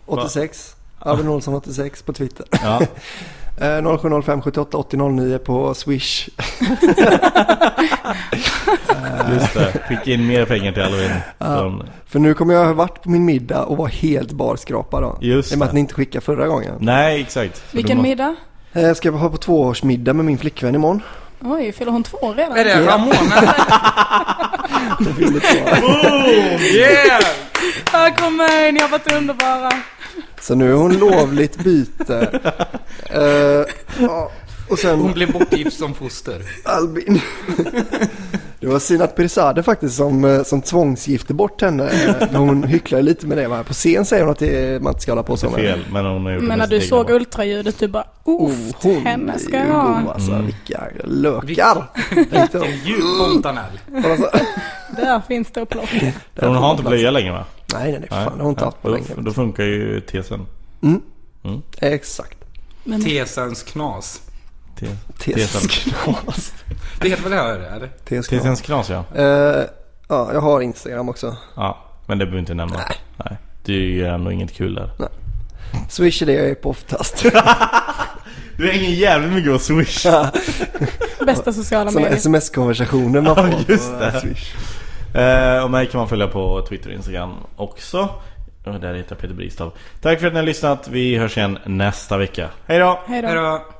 D: 86. Albin Olsson 86 på Twitter.
A: Ja.
D: Eh, 0705788009 på Swish.
A: Just det. Skicka in mer pengar till Halloween. Från...
D: För nu kommer jag ha varit på min middag och var helt barskrapad då.
A: Just
D: I och med
A: det.
D: att ni inte skickade förra gången.
A: Nej, exakt. Så
C: Vilken
A: du må-
C: middag?
D: Eh, Jag ska ha på tvåårsmiddag med min flickvän imorgon.
C: Oj, fyller hon två redan?
B: Är det
D: Ja.
B: Ramona?
D: Hon fyller två.
B: Yeah!
C: Ja, kom med, ni har varit underbara.
D: Så nu är hon lovligt byte. Eh, ja. och
B: Hon
D: sen
B: blev bortgift som foster.
D: Albin. Det var Sinat Pirzadeh faktiskt som, eh, som tvångsgifte bort henne. Eh, Hon hycklade lite med det. Va? På scen säger hon att det, man inte ska hålla på så.
A: Så
D: med.
A: fel, men hon har gjort det med
C: Men när
A: sitt
C: du
A: eget
C: såg
A: barn.
C: ultraljudet, du bara oof,
D: Oh, hon
C: henne ska jag
D: är ju god
C: ha.
D: alltså.
A: Mm.
D: Vilka lökar. Tänkte alltså- de.
B: Djup fontanell.
D: Kolla så.
C: Där finns det att plocka.
A: För hon har inte blöja längre va?
D: Nej, nej, nej. Fan, det har hon inte haft på
A: då,
D: länge.
A: Då funkar ju tesen.
D: Exakt.
C: Men
B: Tesens knas.
A: Te- Tesen.
D: Tesknas.
B: Det heter väl det här, eller?
D: Tesknas.
A: Tesens knas ja.
D: Eh, Ja, jag har Instagram också.
A: ja. Men det behöver vi inte nämna. Nej. Du gör ändå inget kul där.
D: Swish är det jag är på oftast.
A: Du hänger jävligt mycket på Swish.
C: bästa sociala
D: Sådana
C: medier.
D: sms-konversationer man får
A: just
D: på
A: det.
D: Swish.
A: Eh, och mig kan man följa på Twitter och Instagram också. Och där heter jag Peter Bristav. Tack för att ni har lyssnat. Vi hörs igen nästa vecka. Hej då!
C: Hej då.
B: Hejdå.